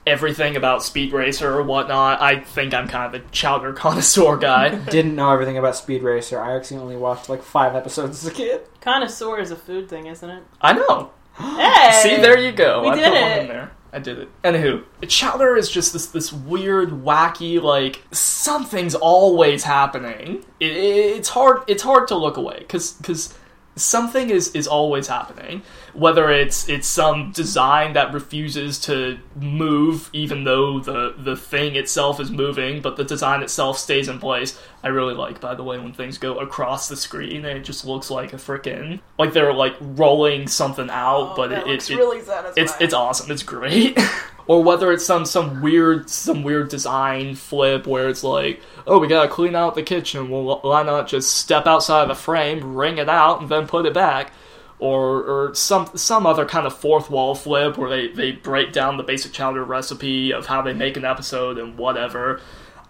Speaker 2: everything about Speed Racer or whatnot, I think I'm kind of a chowder connoisseur guy.
Speaker 3: Didn't know everything about Speed Racer. I actually only watched like five episodes as a kid.
Speaker 4: Connoisseur is a food thing, isn't it?
Speaker 2: I know.
Speaker 4: Hey,
Speaker 2: See, there you go.
Speaker 4: We
Speaker 2: I
Speaker 4: did
Speaker 2: put one
Speaker 4: it.
Speaker 2: in there. I did it. Anywho, Chowder is just this this weird, wacky, like something's always happening. It, it, it's hard it's hard to look away because something is is always happening. Whether it's it's some design that refuses to move, even though the the thing itself is moving, but the design itself stays in place. I really like, by the way, when things go across the screen and it just looks like a frickin' like they're like rolling something out,
Speaker 6: Oh,
Speaker 2: but
Speaker 6: that
Speaker 2: it,
Speaker 6: looks
Speaker 2: it, it
Speaker 6: really satisfying.
Speaker 2: it's it's awesome. It's great. or whether it's some some weird some weird design flip where it's like, oh, we gotta clean out the kitchen. Well, why not just step outside of the frame, wring it out, and then put it back. Or, or some some other kind of fourth wall flip where they, they break down the basic chowder recipe of how they make an episode and whatever.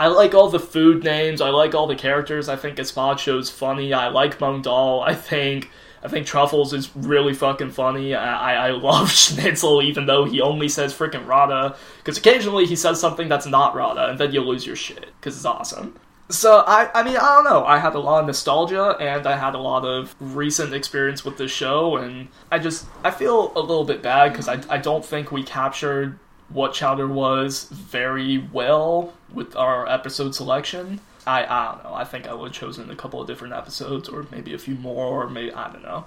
Speaker 2: I like all the food names. I like all the characters. I think Gazpacho's funny. I like Mung Dal. I think I think Truffles is really fucking funny. I, I, I love Schnitzel, even though he only says freaking Rada, because occasionally he says something that's not Rada, and then you lose your shit because it's awesome. So I I mean I don't know. I had a lot of nostalgia and I had a lot of recent experience with this show, and I just I feel a little bit bad because I I don't think we captured what Chowder was very well with our episode selection. I, I don't know. I think I would have chosen a couple of different episodes, or maybe a few more, or maybe I don't know.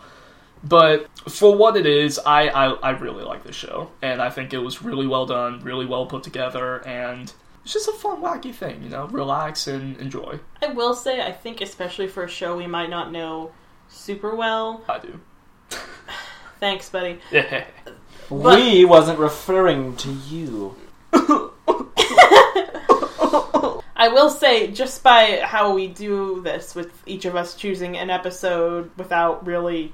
Speaker 2: But for what it is, I, I, I really like this show, and I think it was really well done, really well put together, and it's just a fun, wacky thing, you know. Relax and enjoy.
Speaker 4: I will say, I think especially for a show we might not know super well.
Speaker 2: I do.
Speaker 4: Thanks, buddy. But-
Speaker 3: we wasn't referring to you.
Speaker 4: I will say, just by how we do this, with each of us choosing an episode without really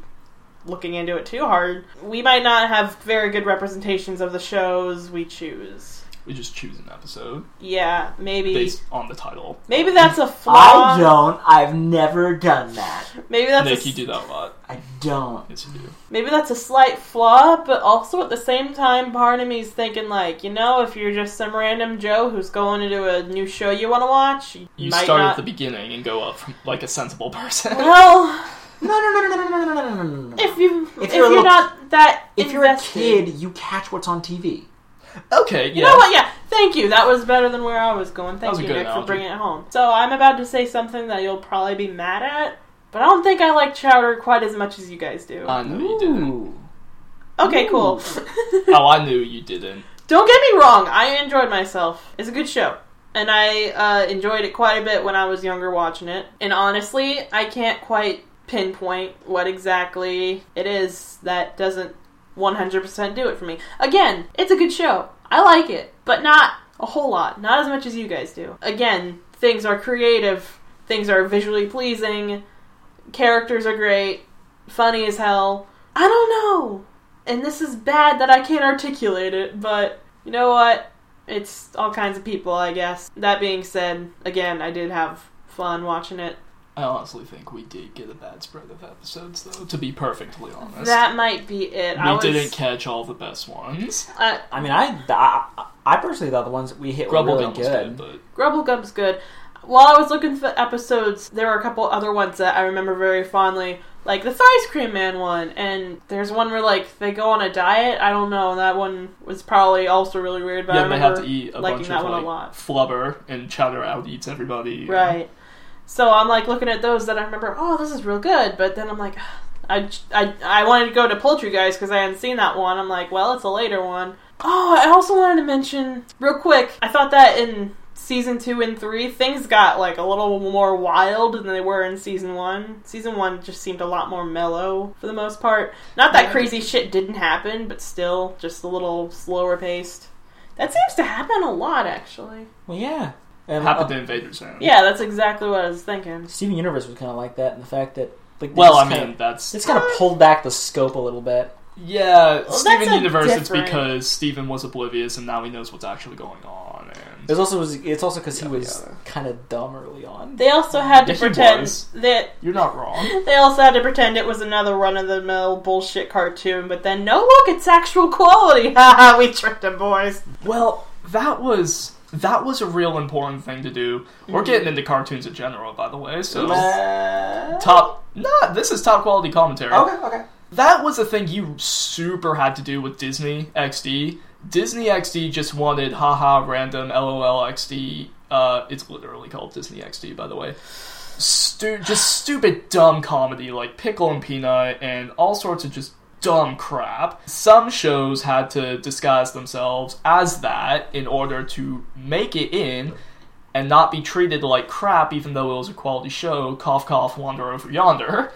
Speaker 4: looking into it too hard, we might not have very good representations of the shows we choose.
Speaker 2: We just choose an episode
Speaker 4: Yeah, maybe.
Speaker 2: based on the title.
Speaker 4: Maybe that's a
Speaker 3: I
Speaker 4: flaw.
Speaker 3: don't. I've never done that.
Speaker 4: Maybe that's a,
Speaker 2: Nick, you
Speaker 4: s-
Speaker 2: do that a lot.
Speaker 3: I don't.
Speaker 2: Yes, you do.
Speaker 4: maybe that's a slight flaw, but also at the same time, part of me's thinking like, you know, if you're just some random Joe who's going into a new show you want to watch, you,
Speaker 2: You
Speaker 4: might
Speaker 2: start
Speaker 4: not.
Speaker 2: at the beginning and go up from, like a sensible person.
Speaker 4: well,
Speaker 3: No, no, no, no, no, no, no, no, no, no, no.
Speaker 4: if you if,
Speaker 3: you're
Speaker 4: you're,
Speaker 3: a little-
Speaker 4: not that
Speaker 3: If you're a
Speaker 4: invested-
Speaker 3: kid, you catch what's on TV.
Speaker 2: okay, yeah.
Speaker 4: You know what? Yeah, thank you. That was better than where I was going. Thank
Speaker 2: was a
Speaker 4: you,
Speaker 2: good
Speaker 4: Nick,
Speaker 2: analogy.
Speaker 4: for bringing it home. So I'm about to say something that you'll probably be mad at, but I don't think I like chowder quite as much as you guys do.
Speaker 2: I know you didn't.
Speaker 4: okay, cool.
Speaker 2: Oh, I knew you didn't.
Speaker 4: don't get me wrong. I enjoyed myself. It's a good show. And I uh, enjoyed it quite a bit when I was younger watching it. And honestly, I can't quite pinpoint what exactly it is that doesn't 100% do it for me. Again, it's a good show. I like it, but not a whole lot. Not as much as you guys do. Again, things are creative, things are visually pleasing, characters are great, funny as hell. I don't know. And this is bad that I can't articulate it, but you know what? It's all kinds of people, I guess. That being said, again, I did have fun watching it.
Speaker 2: I honestly think we did get a bad spread of episodes, though, to be perfectly honest.
Speaker 4: That might be it.
Speaker 2: we
Speaker 4: I was,
Speaker 2: didn't catch all the best ones.
Speaker 4: Uh,
Speaker 3: I mean, I, I, I personally thought the ones that we hit were
Speaker 2: Grubble
Speaker 3: really
Speaker 2: Gum was good,
Speaker 3: good.
Speaker 2: but
Speaker 4: Grubble Gum's good. While I was looking for episodes, there were a couple other ones that I remember very fondly, like the Ice Cream Man one, and there's one where like they go on a diet. I don't know. That one was probably also really weird, but I
Speaker 2: yeah, they
Speaker 4: remember
Speaker 2: have to eat a
Speaker 4: liking
Speaker 2: bunch
Speaker 4: that
Speaker 2: of
Speaker 4: one
Speaker 2: like
Speaker 4: a lot.
Speaker 2: flubber, and Chowder out eats everybody.
Speaker 4: Right. So I'm like looking at those that I remember, oh, this is real good. But then I'm like, I, I, I wanted to go to Poultry Guys because I hadn't seen that one. I'm like, well, it's a later one. Oh, I also wanted to mention real quick, I thought that in season two and three, things got like a little more wild than they were in season one. Season one just seemed a lot more mellow for the most part. Not that crazy shit didn't happen, but still just a little slower paced. That seems to happen a lot, actually.
Speaker 3: Well, yeah.
Speaker 2: It
Speaker 3: And,
Speaker 2: happened
Speaker 3: uh,
Speaker 2: to Invader Zone.
Speaker 4: Yeah, that's exactly what I was thinking.
Speaker 3: Steven Universe was kind of like that, and the fact that like
Speaker 2: Well,
Speaker 3: it's
Speaker 2: I
Speaker 3: kinda-
Speaker 2: mean, that's
Speaker 3: it's kind of pulled back the scope a little bit.
Speaker 2: yeah.
Speaker 4: that's
Speaker 2: Steven
Speaker 4: a
Speaker 2: Universe. It's
Speaker 4: different-
Speaker 2: because Steven was oblivious, and now he knows what's actually going on. And
Speaker 3: It's also was it's also because he
Speaker 2: Yeah,
Speaker 3: was
Speaker 2: yeah.
Speaker 3: kind of dumb early on.
Speaker 4: They also had to
Speaker 2: Yeah, he
Speaker 4: pretend
Speaker 2: was.
Speaker 4: that
Speaker 2: you're not wrong.
Speaker 4: they also had to pretend it was another run of the mill bullshit cartoon, but then no look, it's actual quality. Haha, we tricked them boys.
Speaker 2: Well, that was that was a real important thing to do. We're getting into cartoons in general, by the way. So top. Nah, this is top quality commentary.
Speaker 3: okay, okay.
Speaker 2: That was a thing you super had to do with Disney XD. Disney XD just wanted haha random lol XD. Uh, it's literally called Disney XD, by the way. Stu- just stupid dumb comedy like Pickle and Peanut and all sorts of just dumb crap. Some shows had to disguise themselves as that in order to make it in and not be treated like crap, even though it was a quality show. Cough, cough, wander over yonder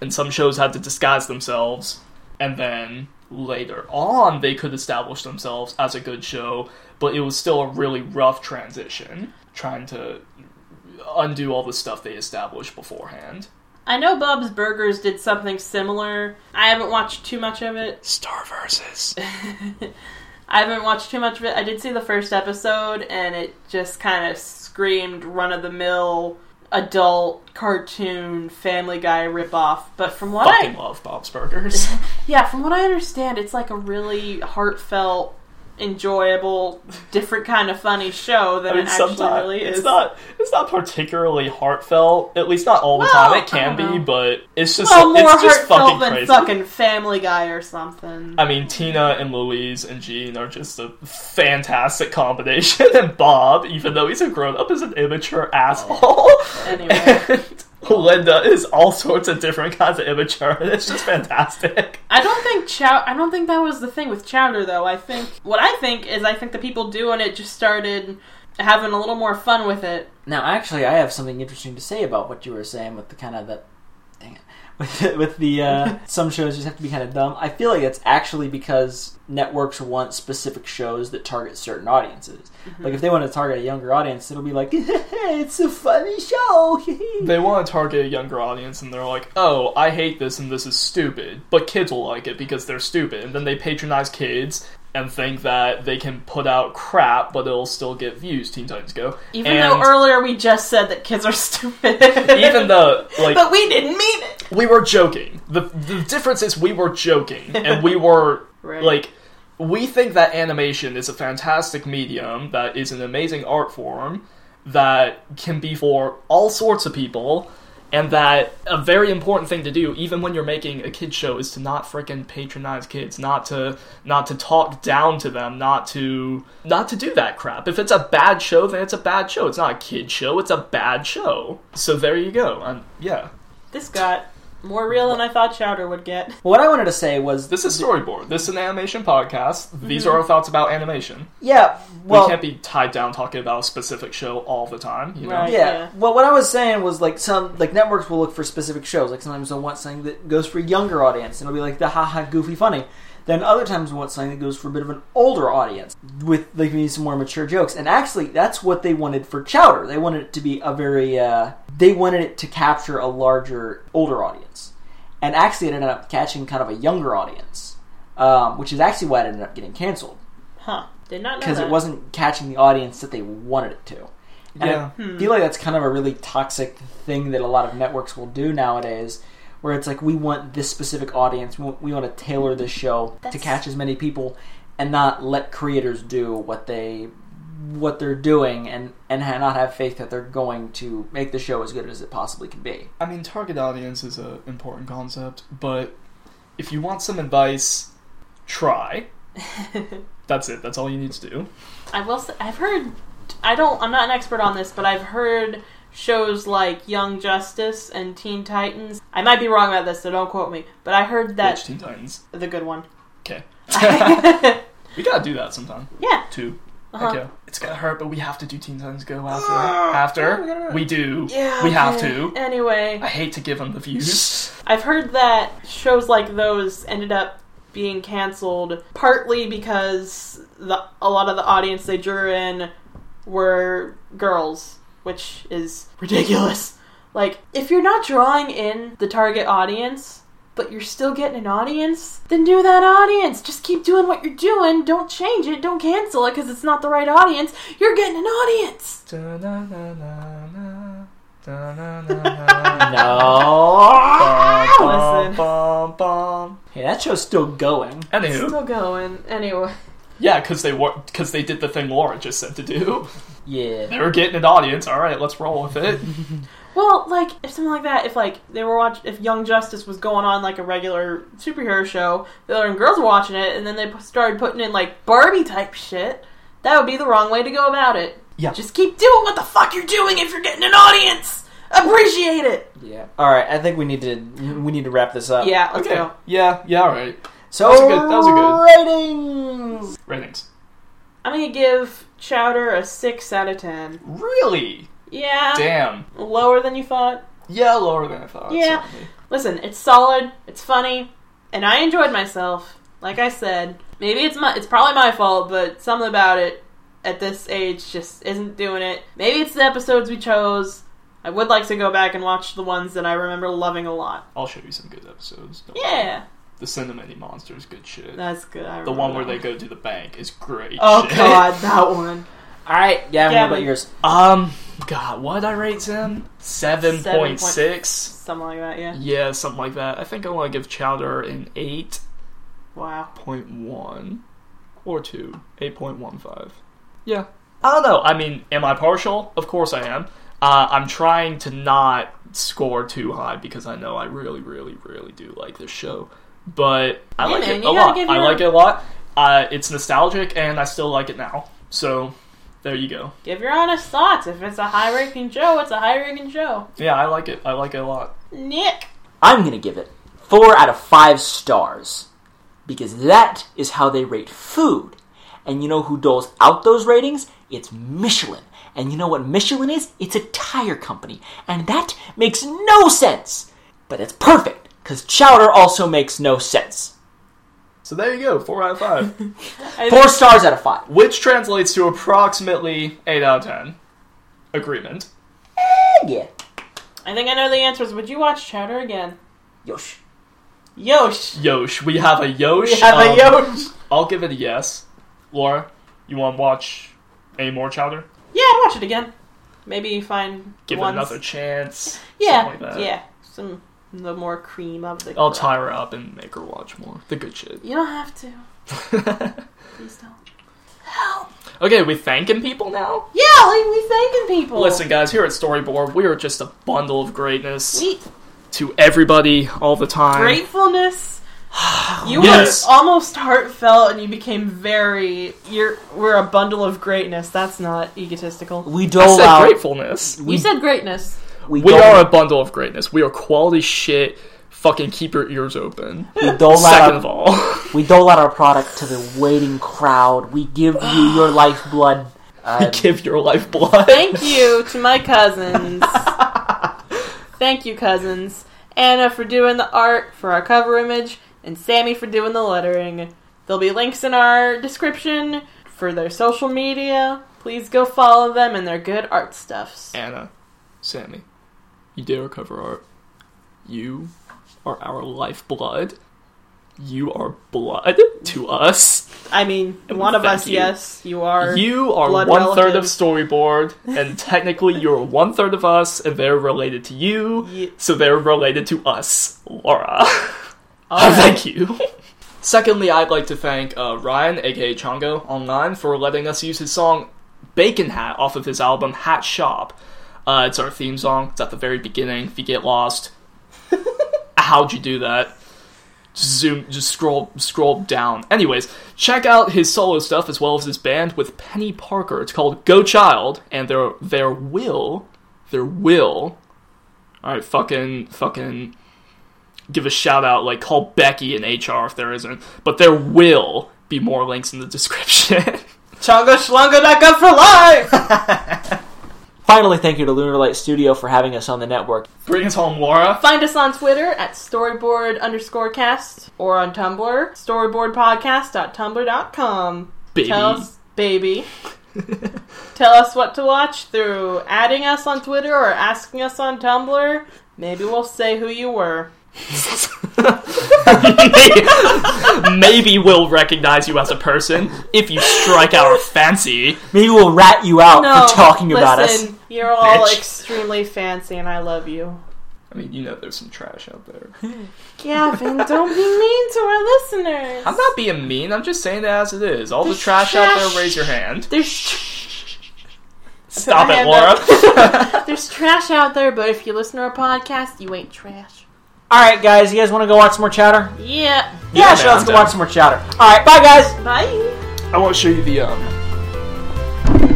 Speaker 2: and some shows had to disguise themselves and then later on they could establish themselves as a good show but it was still a really rough transition trying to undo all the stuff they established beforehand
Speaker 4: I know Bob's Burgers did something similar. I haven't watched too much of it.
Speaker 2: star versus
Speaker 4: I haven't watched too much of it. I did see the first episode, and it just kind of screamed run of the mill adult cartoon Family Guy ripoff. But from what I
Speaker 2: fucking love bob's burgers
Speaker 4: Yeah, from what I understand, it's like a really heartfelt, enjoyable, different kind of funny show than
Speaker 2: i mean
Speaker 4: it actually
Speaker 2: sometimes
Speaker 4: really is.
Speaker 2: it's not it's not particularly heartfelt at least not all the
Speaker 4: Well,
Speaker 2: time it
Speaker 4: I
Speaker 2: can
Speaker 4: don't
Speaker 2: be
Speaker 4: know.
Speaker 2: but it's just
Speaker 4: well, more
Speaker 2: it's just
Speaker 4: heartfelt
Speaker 2: fucking
Speaker 4: than
Speaker 2: crazy
Speaker 4: fucking Family Guy or something.
Speaker 2: I mean, Tina and Louise and Jean are just a fantastic combination, and Bob, even though he's a grown up, is an immature asshole.
Speaker 4: Anyway.
Speaker 2: And Linda is all sorts of different kinds of immature, and it's just fantastic.
Speaker 4: I don't think Chow. I don't think that was the thing with Chowder though. I think what I think is I think the people doing it just started having a little more fun with it.
Speaker 3: Now, actually, I have something interesting to say about what you were saying with the kind of that. Dang it. With the, with the uh, some shows just have to be kind of dumb. I feel like it's actually because networks want specific shows that target certain audiences. Like if they want to target a younger audience, it'll be like, "It's a funny show."
Speaker 2: They want to target a younger audience, and they're like, oh, I hate this, and this is stupid, but kids will like it because they're stupid, and then they patronize kids. and think that they can put out crap, but it'll still get views. Teen Titans Go,
Speaker 4: Even
Speaker 2: And
Speaker 4: though earlier we just said that kids are stupid.
Speaker 2: even though like
Speaker 4: But we didn't mean it.
Speaker 2: we were joking. The the difference is we were joking and we were
Speaker 4: Right.
Speaker 2: like we think that animation is a fantastic medium that is an amazing art form that can be for all sorts of people and that a very important thing to do even when you're making a kid show is to not frickin' patronize kids not to not to talk down to them not to not to do that crap if it's a bad show then it's a bad show it's not a kid show it's a bad show so there you go um, yeah
Speaker 4: This got more real than I thought Chowder would get.
Speaker 3: What I wanted to say was,
Speaker 2: This is storyboard. This is an animation podcast.
Speaker 4: Mm-hmm.
Speaker 2: These are our thoughts about animation.
Speaker 3: yeah, well,
Speaker 2: we can't be tied down talking about a specific show all the time. You know,
Speaker 4: Right.
Speaker 3: yeah.
Speaker 4: Yeah.
Speaker 3: Well, what I was saying was like some like networks will look for specific shows. Like sometimes they'll want something that goes for a younger audience, and it'll be like the haha goofy funny. Then other times they want something that goes for a bit of an older audience with like maybe some more mature jokes. And actually, that's what they wanted for Chowder. They wanted it to be a very uh, they wanted it to capture a larger older audience, and actually it ended up catching kind of a younger audience, um, which is actually why it ended up getting canceled
Speaker 4: Huh. Did not know
Speaker 3: because
Speaker 4: that.
Speaker 3: it wasn't catching the audience that they wanted it to. And
Speaker 2: Yeah.
Speaker 4: Hmm.
Speaker 3: I feel like that's kind of a really toxic thing that a lot of networks will do nowadays, where it's like we want this specific audience, we want, we want to tailor this show to
Speaker 4: That's-
Speaker 3: catch as many people, and not let creators do what they what they're doing, and and ha- not have faith that they're going to make the show as good as it possibly can be.
Speaker 2: I mean, target audience is an important concept, but if you want some advice, try. That's it. That's all you need to do.
Speaker 4: I will say, I've heard, I don't, I'm not an expert on this, but I've heard shows like Young Justice and Teen Titans. I might be wrong about this, so don't quote me, but I heard
Speaker 2: Which
Speaker 4: that,
Speaker 2: Teen Titans.
Speaker 4: the good one. Uh-huh.
Speaker 2: Okay.
Speaker 4: yeah.
Speaker 2: we gotta do that sometime. Too.
Speaker 4: Uh-huh.
Speaker 2: Okay. It's gonna hurt, but we have to do Teen Titans Go after. after we do. We have
Speaker 4: okay.
Speaker 2: to.
Speaker 4: Anyway,
Speaker 2: I hate to give them the views.
Speaker 4: I've heard that shows like those ended up being canceled partly because the, a lot of the audience they drew in were girls, which is ridiculous. Like, if you're not drawing in the target audience, but you're still getting an audience, then do that audience. Just keep doing what you're doing. Don't change it. Don't cancel it because it's not the right audience. You're getting an audience.
Speaker 2: Da-na-na-na-na,
Speaker 4: No.
Speaker 2: da-na-na-na.
Speaker 4: Listen.
Speaker 2: Bum, bum, bum.
Speaker 3: Hey, that show's still going.
Speaker 2: Anywho,
Speaker 4: Still going. Anyway.
Speaker 2: yeah, because they were because they did the thing Laura just said to do.
Speaker 3: Yeah.
Speaker 2: They were getting an audience. All right, let's roll with it.
Speaker 4: Well, like if something like that, if like they were watch, if Young Justice was going on like a regular superhero show, the other girls were watching it, and then they p- started putting in like Barbie type shit. That would be the wrong way to go about it.
Speaker 2: Yeah.
Speaker 4: just keep doing what the fuck you're doing if you're getting an audience. Appreciate it.
Speaker 3: Yeah. All right. I think we need to we need to wrap this
Speaker 2: Oh,
Speaker 3: up.
Speaker 4: Yeah, let's go.
Speaker 2: Yeah, yeah, all right.
Speaker 3: So
Speaker 2: was a good- that was
Speaker 3: a good ratings.
Speaker 2: Ratings.
Speaker 4: I'm gonna give Chowder a six out of ten.
Speaker 2: Really?
Speaker 4: Yeah,
Speaker 2: Damn.
Speaker 4: lower than you thought.
Speaker 2: Yeah, lower than I thought.
Speaker 4: Yeah.
Speaker 2: certainly.
Speaker 4: Listen, it's solid, it's funny, and I enjoyed myself. Like I said, maybe it's my it's probably my fault, but something about it at this age just isn't doing it. Maybe it's the episodes we chose. I would like to go back and watch the ones that I remember loving a lot.
Speaker 2: I'll show you some good episodes. Don't worry.
Speaker 4: Yeah,
Speaker 2: The Cinnamon Monsters, good shit.
Speaker 4: that's good. I
Speaker 2: the
Speaker 4: remember
Speaker 2: one
Speaker 4: that
Speaker 2: where they go to the bank is great.
Speaker 4: Oh
Speaker 2: shit.
Speaker 4: god, that one.
Speaker 3: All right, Gavin, what about
Speaker 4: Gavin.
Speaker 3: yours?
Speaker 2: Um, God, what did I rate Zim? Seven point six.
Speaker 4: Something like that, yeah.
Speaker 2: Yeah, something like that. I think I want to give Chowder an eight
Speaker 4: Wow.
Speaker 2: point one or two, eight point one five. Yeah, I don't know. I mean, am I partial? Of course I am. Uh, I'm trying to not score too high because I know I really, really, really do like this show. But I
Speaker 4: Yeah,
Speaker 2: like
Speaker 4: man,
Speaker 2: it
Speaker 4: you
Speaker 2: a
Speaker 4: gotta
Speaker 2: lot.
Speaker 4: give
Speaker 2: I
Speaker 4: your-
Speaker 2: like it a lot. Uh, it's nostalgic, and I still like it now. So there you go.
Speaker 4: Give your honest thoughts. If it's a high ranking show, it's a high ranking show.
Speaker 2: Yeah, I like it. I like it a lot.
Speaker 4: Nick.
Speaker 3: I'm gonna give it four out of five stars because that is how they rate food. And you know who doles out those ratings? It's Michelin. And you know what Michelin is? It's a tire company. And that makes no sense. But it's perfect because chowder also makes no sense.
Speaker 2: So there you go. Four out of five.
Speaker 3: Four stars out of five.
Speaker 2: which translates to approximately 8 out of 10 agreement
Speaker 3: Yeah.
Speaker 4: I think I know the answers. Would you watch Chowder again?
Speaker 3: Yosh.
Speaker 4: Yosh.
Speaker 2: Yosh. We have a Yosh.
Speaker 4: We have
Speaker 2: Um,
Speaker 4: a Yosh.
Speaker 2: I'll give it a yes. Laura, you want to watch any more Chowder?
Speaker 4: Yeah, I'd watch it again. Maybe find
Speaker 2: Give
Speaker 4: ones-
Speaker 2: it another chance.
Speaker 4: Yeah,
Speaker 2: something like that.
Speaker 4: yeah. Some the more cream of the.
Speaker 2: I'll
Speaker 4: crop.
Speaker 2: tie her up and make her watch more. The good shit.
Speaker 4: You don't have to. Please don't. Help.
Speaker 2: okay, we thanking people now?
Speaker 4: Yeah, like we thanking people.
Speaker 2: Listen, guys, here at Storyboard, we are just a bundle of greatness
Speaker 4: we,
Speaker 2: to everybody all the time.
Speaker 4: gratefulness. You
Speaker 2: Yes.
Speaker 4: were almost heartfelt, and you became very. You're we're a bundle of greatness. That's not egotistical.
Speaker 3: We
Speaker 2: I
Speaker 3: dole
Speaker 2: said
Speaker 3: out.
Speaker 2: gratefulness.
Speaker 4: you said greatness.
Speaker 3: We,
Speaker 2: We
Speaker 3: dole,
Speaker 2: are a bundle of greatness. We are quality shit. Fucking keep your ears open.
Speaker 3: we dole
Speaker 2: Second of
Speaker 3: out.
Speaker 2: all,
Speaker 3: We dole out our product to the waiting crowd. We give you your lifeblood. Uh,
Speaker 2: give your life blood.
Speaker 4: Thank you to my cousins. Thank you, cousins. Anna for doing the art for our cover image, and Sammy for doing the lettering. There'll be links in our description for their social media. Please go follow them and their good art stuffs.
Speaker 2: Anna, Sammy, you did our cover art. You are our lifeblood. You are blood to us.
Speaker 4: I mean, one of
Speaker 2: Thank
Speaker 4: us,
Speaker 2: you.
Speaker 4: yes, you are.
Speaker 2: You are one
Speaker 4: blood
Speaker 2: third of
Speaker 4: relative.
Speaker 2: storyboard, and technically you're one third of us, and they're related to you,
Speaker 4: Ye-
Speaker 2: so they're related to us, Laura.
Speaker 4: Alright.
Speaker 2: thank you. Secondly, I'd like to thank uh, Ryan, aka Chongo, online for letting us use his song Bacon Hat off of his album Hat Shop. Uh, it's our theme song. It's at the very beginning. If you get lost, how'd you do that? Just zoom, just scroll, scroll down. Anyways, check out his solo stuff as well as his band with Penny Parker. It's called Go Child, and their their will, their will. All right, fucking, fucking, give a shout out. Like call Becky in HR if there isn't, but there will be more links in the description.
Speaker 4: Chongo Shlongo Naka for life!
Speaker 3: finally, thank you to Lunar Light Studio for having us on the network.
Speaker 2: Bring us home, Laura.
Speaker 4: Find us on Twitter at storyboard underscore cast or on Tumblr, storyboardpodcast.tumblr.com.
Speaker 2: Baby.
Speaker 4: Tell us, baby. Tell us what to watch through adding us on Twitter or asking us on Tumblr. Maybe we'll say who you were.
Speaker 2: Maybe we'll recognize you as a person if you strike our fancy.
Speaker 3: Maybe we'll rat you out for talking about us.
Speaker 4: listen, You're all
Speaker 2: Bitch.
Speaker 4: extremely fancy and I love you.
Speaker 2: I mean, you know, there's some trash out there.
Speaker 4: Gavin, don't be mean to our listeners.
Speaker 2: I'm not being mean. I'm just saying it as it is. All the trash out there, raise your hand.
Speaker 4: There's sh-
Speaker 2: Stop
Speaker 4: my
Speaker 2: it,
Speaker 4: hand
Speaker 2: Laura.
Speaker 4: there's trash out there, but if you listen to our podcast, you ain't trash.
Speaker 3: Alright, guys, you guys want to go watch some more chowder?
Speaker 4: Yeah.
Speaker 3: Yeah,
Speaker 2: Yeah,
Speaker 3: sure,
Speaker 2: man, I'm
Speaker 3: let's go
Speaker 2: down.
Speaker 3: watch some more chowder. Alright, bye, guys!
Speaker 4: Bye.
Speaker 2: I want to show you the um.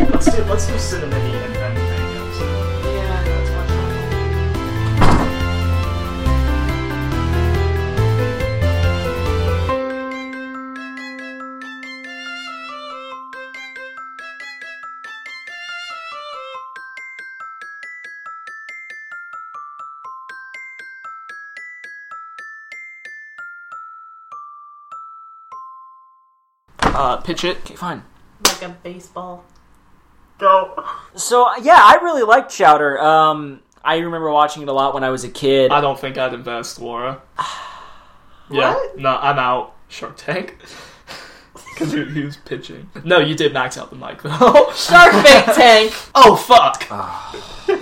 Speaker 2: Let's do let's do cinnamony and then mangoes.
Speaker 4: Yeah, that's fine.
Speaker 2: Uh, pitch it.
Speaker 3: Okay, fine.
Speaker 4: Like a baseball.
Speaker 3: So, yeah, I really liked chowder. Um, I remember watching it a lot when I was a kid.
Speaker 2: I don't think I'd invest, Laura. yeah, no, I'm out. Shark Tank. Because he, he was pitching. No, you did max out the mic though.
Speaker 4: Shark Bait Tank.
Speaker 2: oh fuck!
Speaker 4: Joke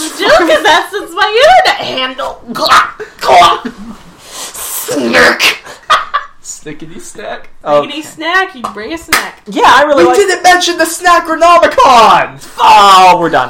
Speaker 4: is that since my internet handle.
Speaker 2: Snickety snack.
Speaker 3: Oh,
Speaker 4: Any snack, you bring a snack.
Speaker 3: yeah, I really liked
Speaker 2: mention the Snackronomicon.
Speaker 3: Oh, we're done.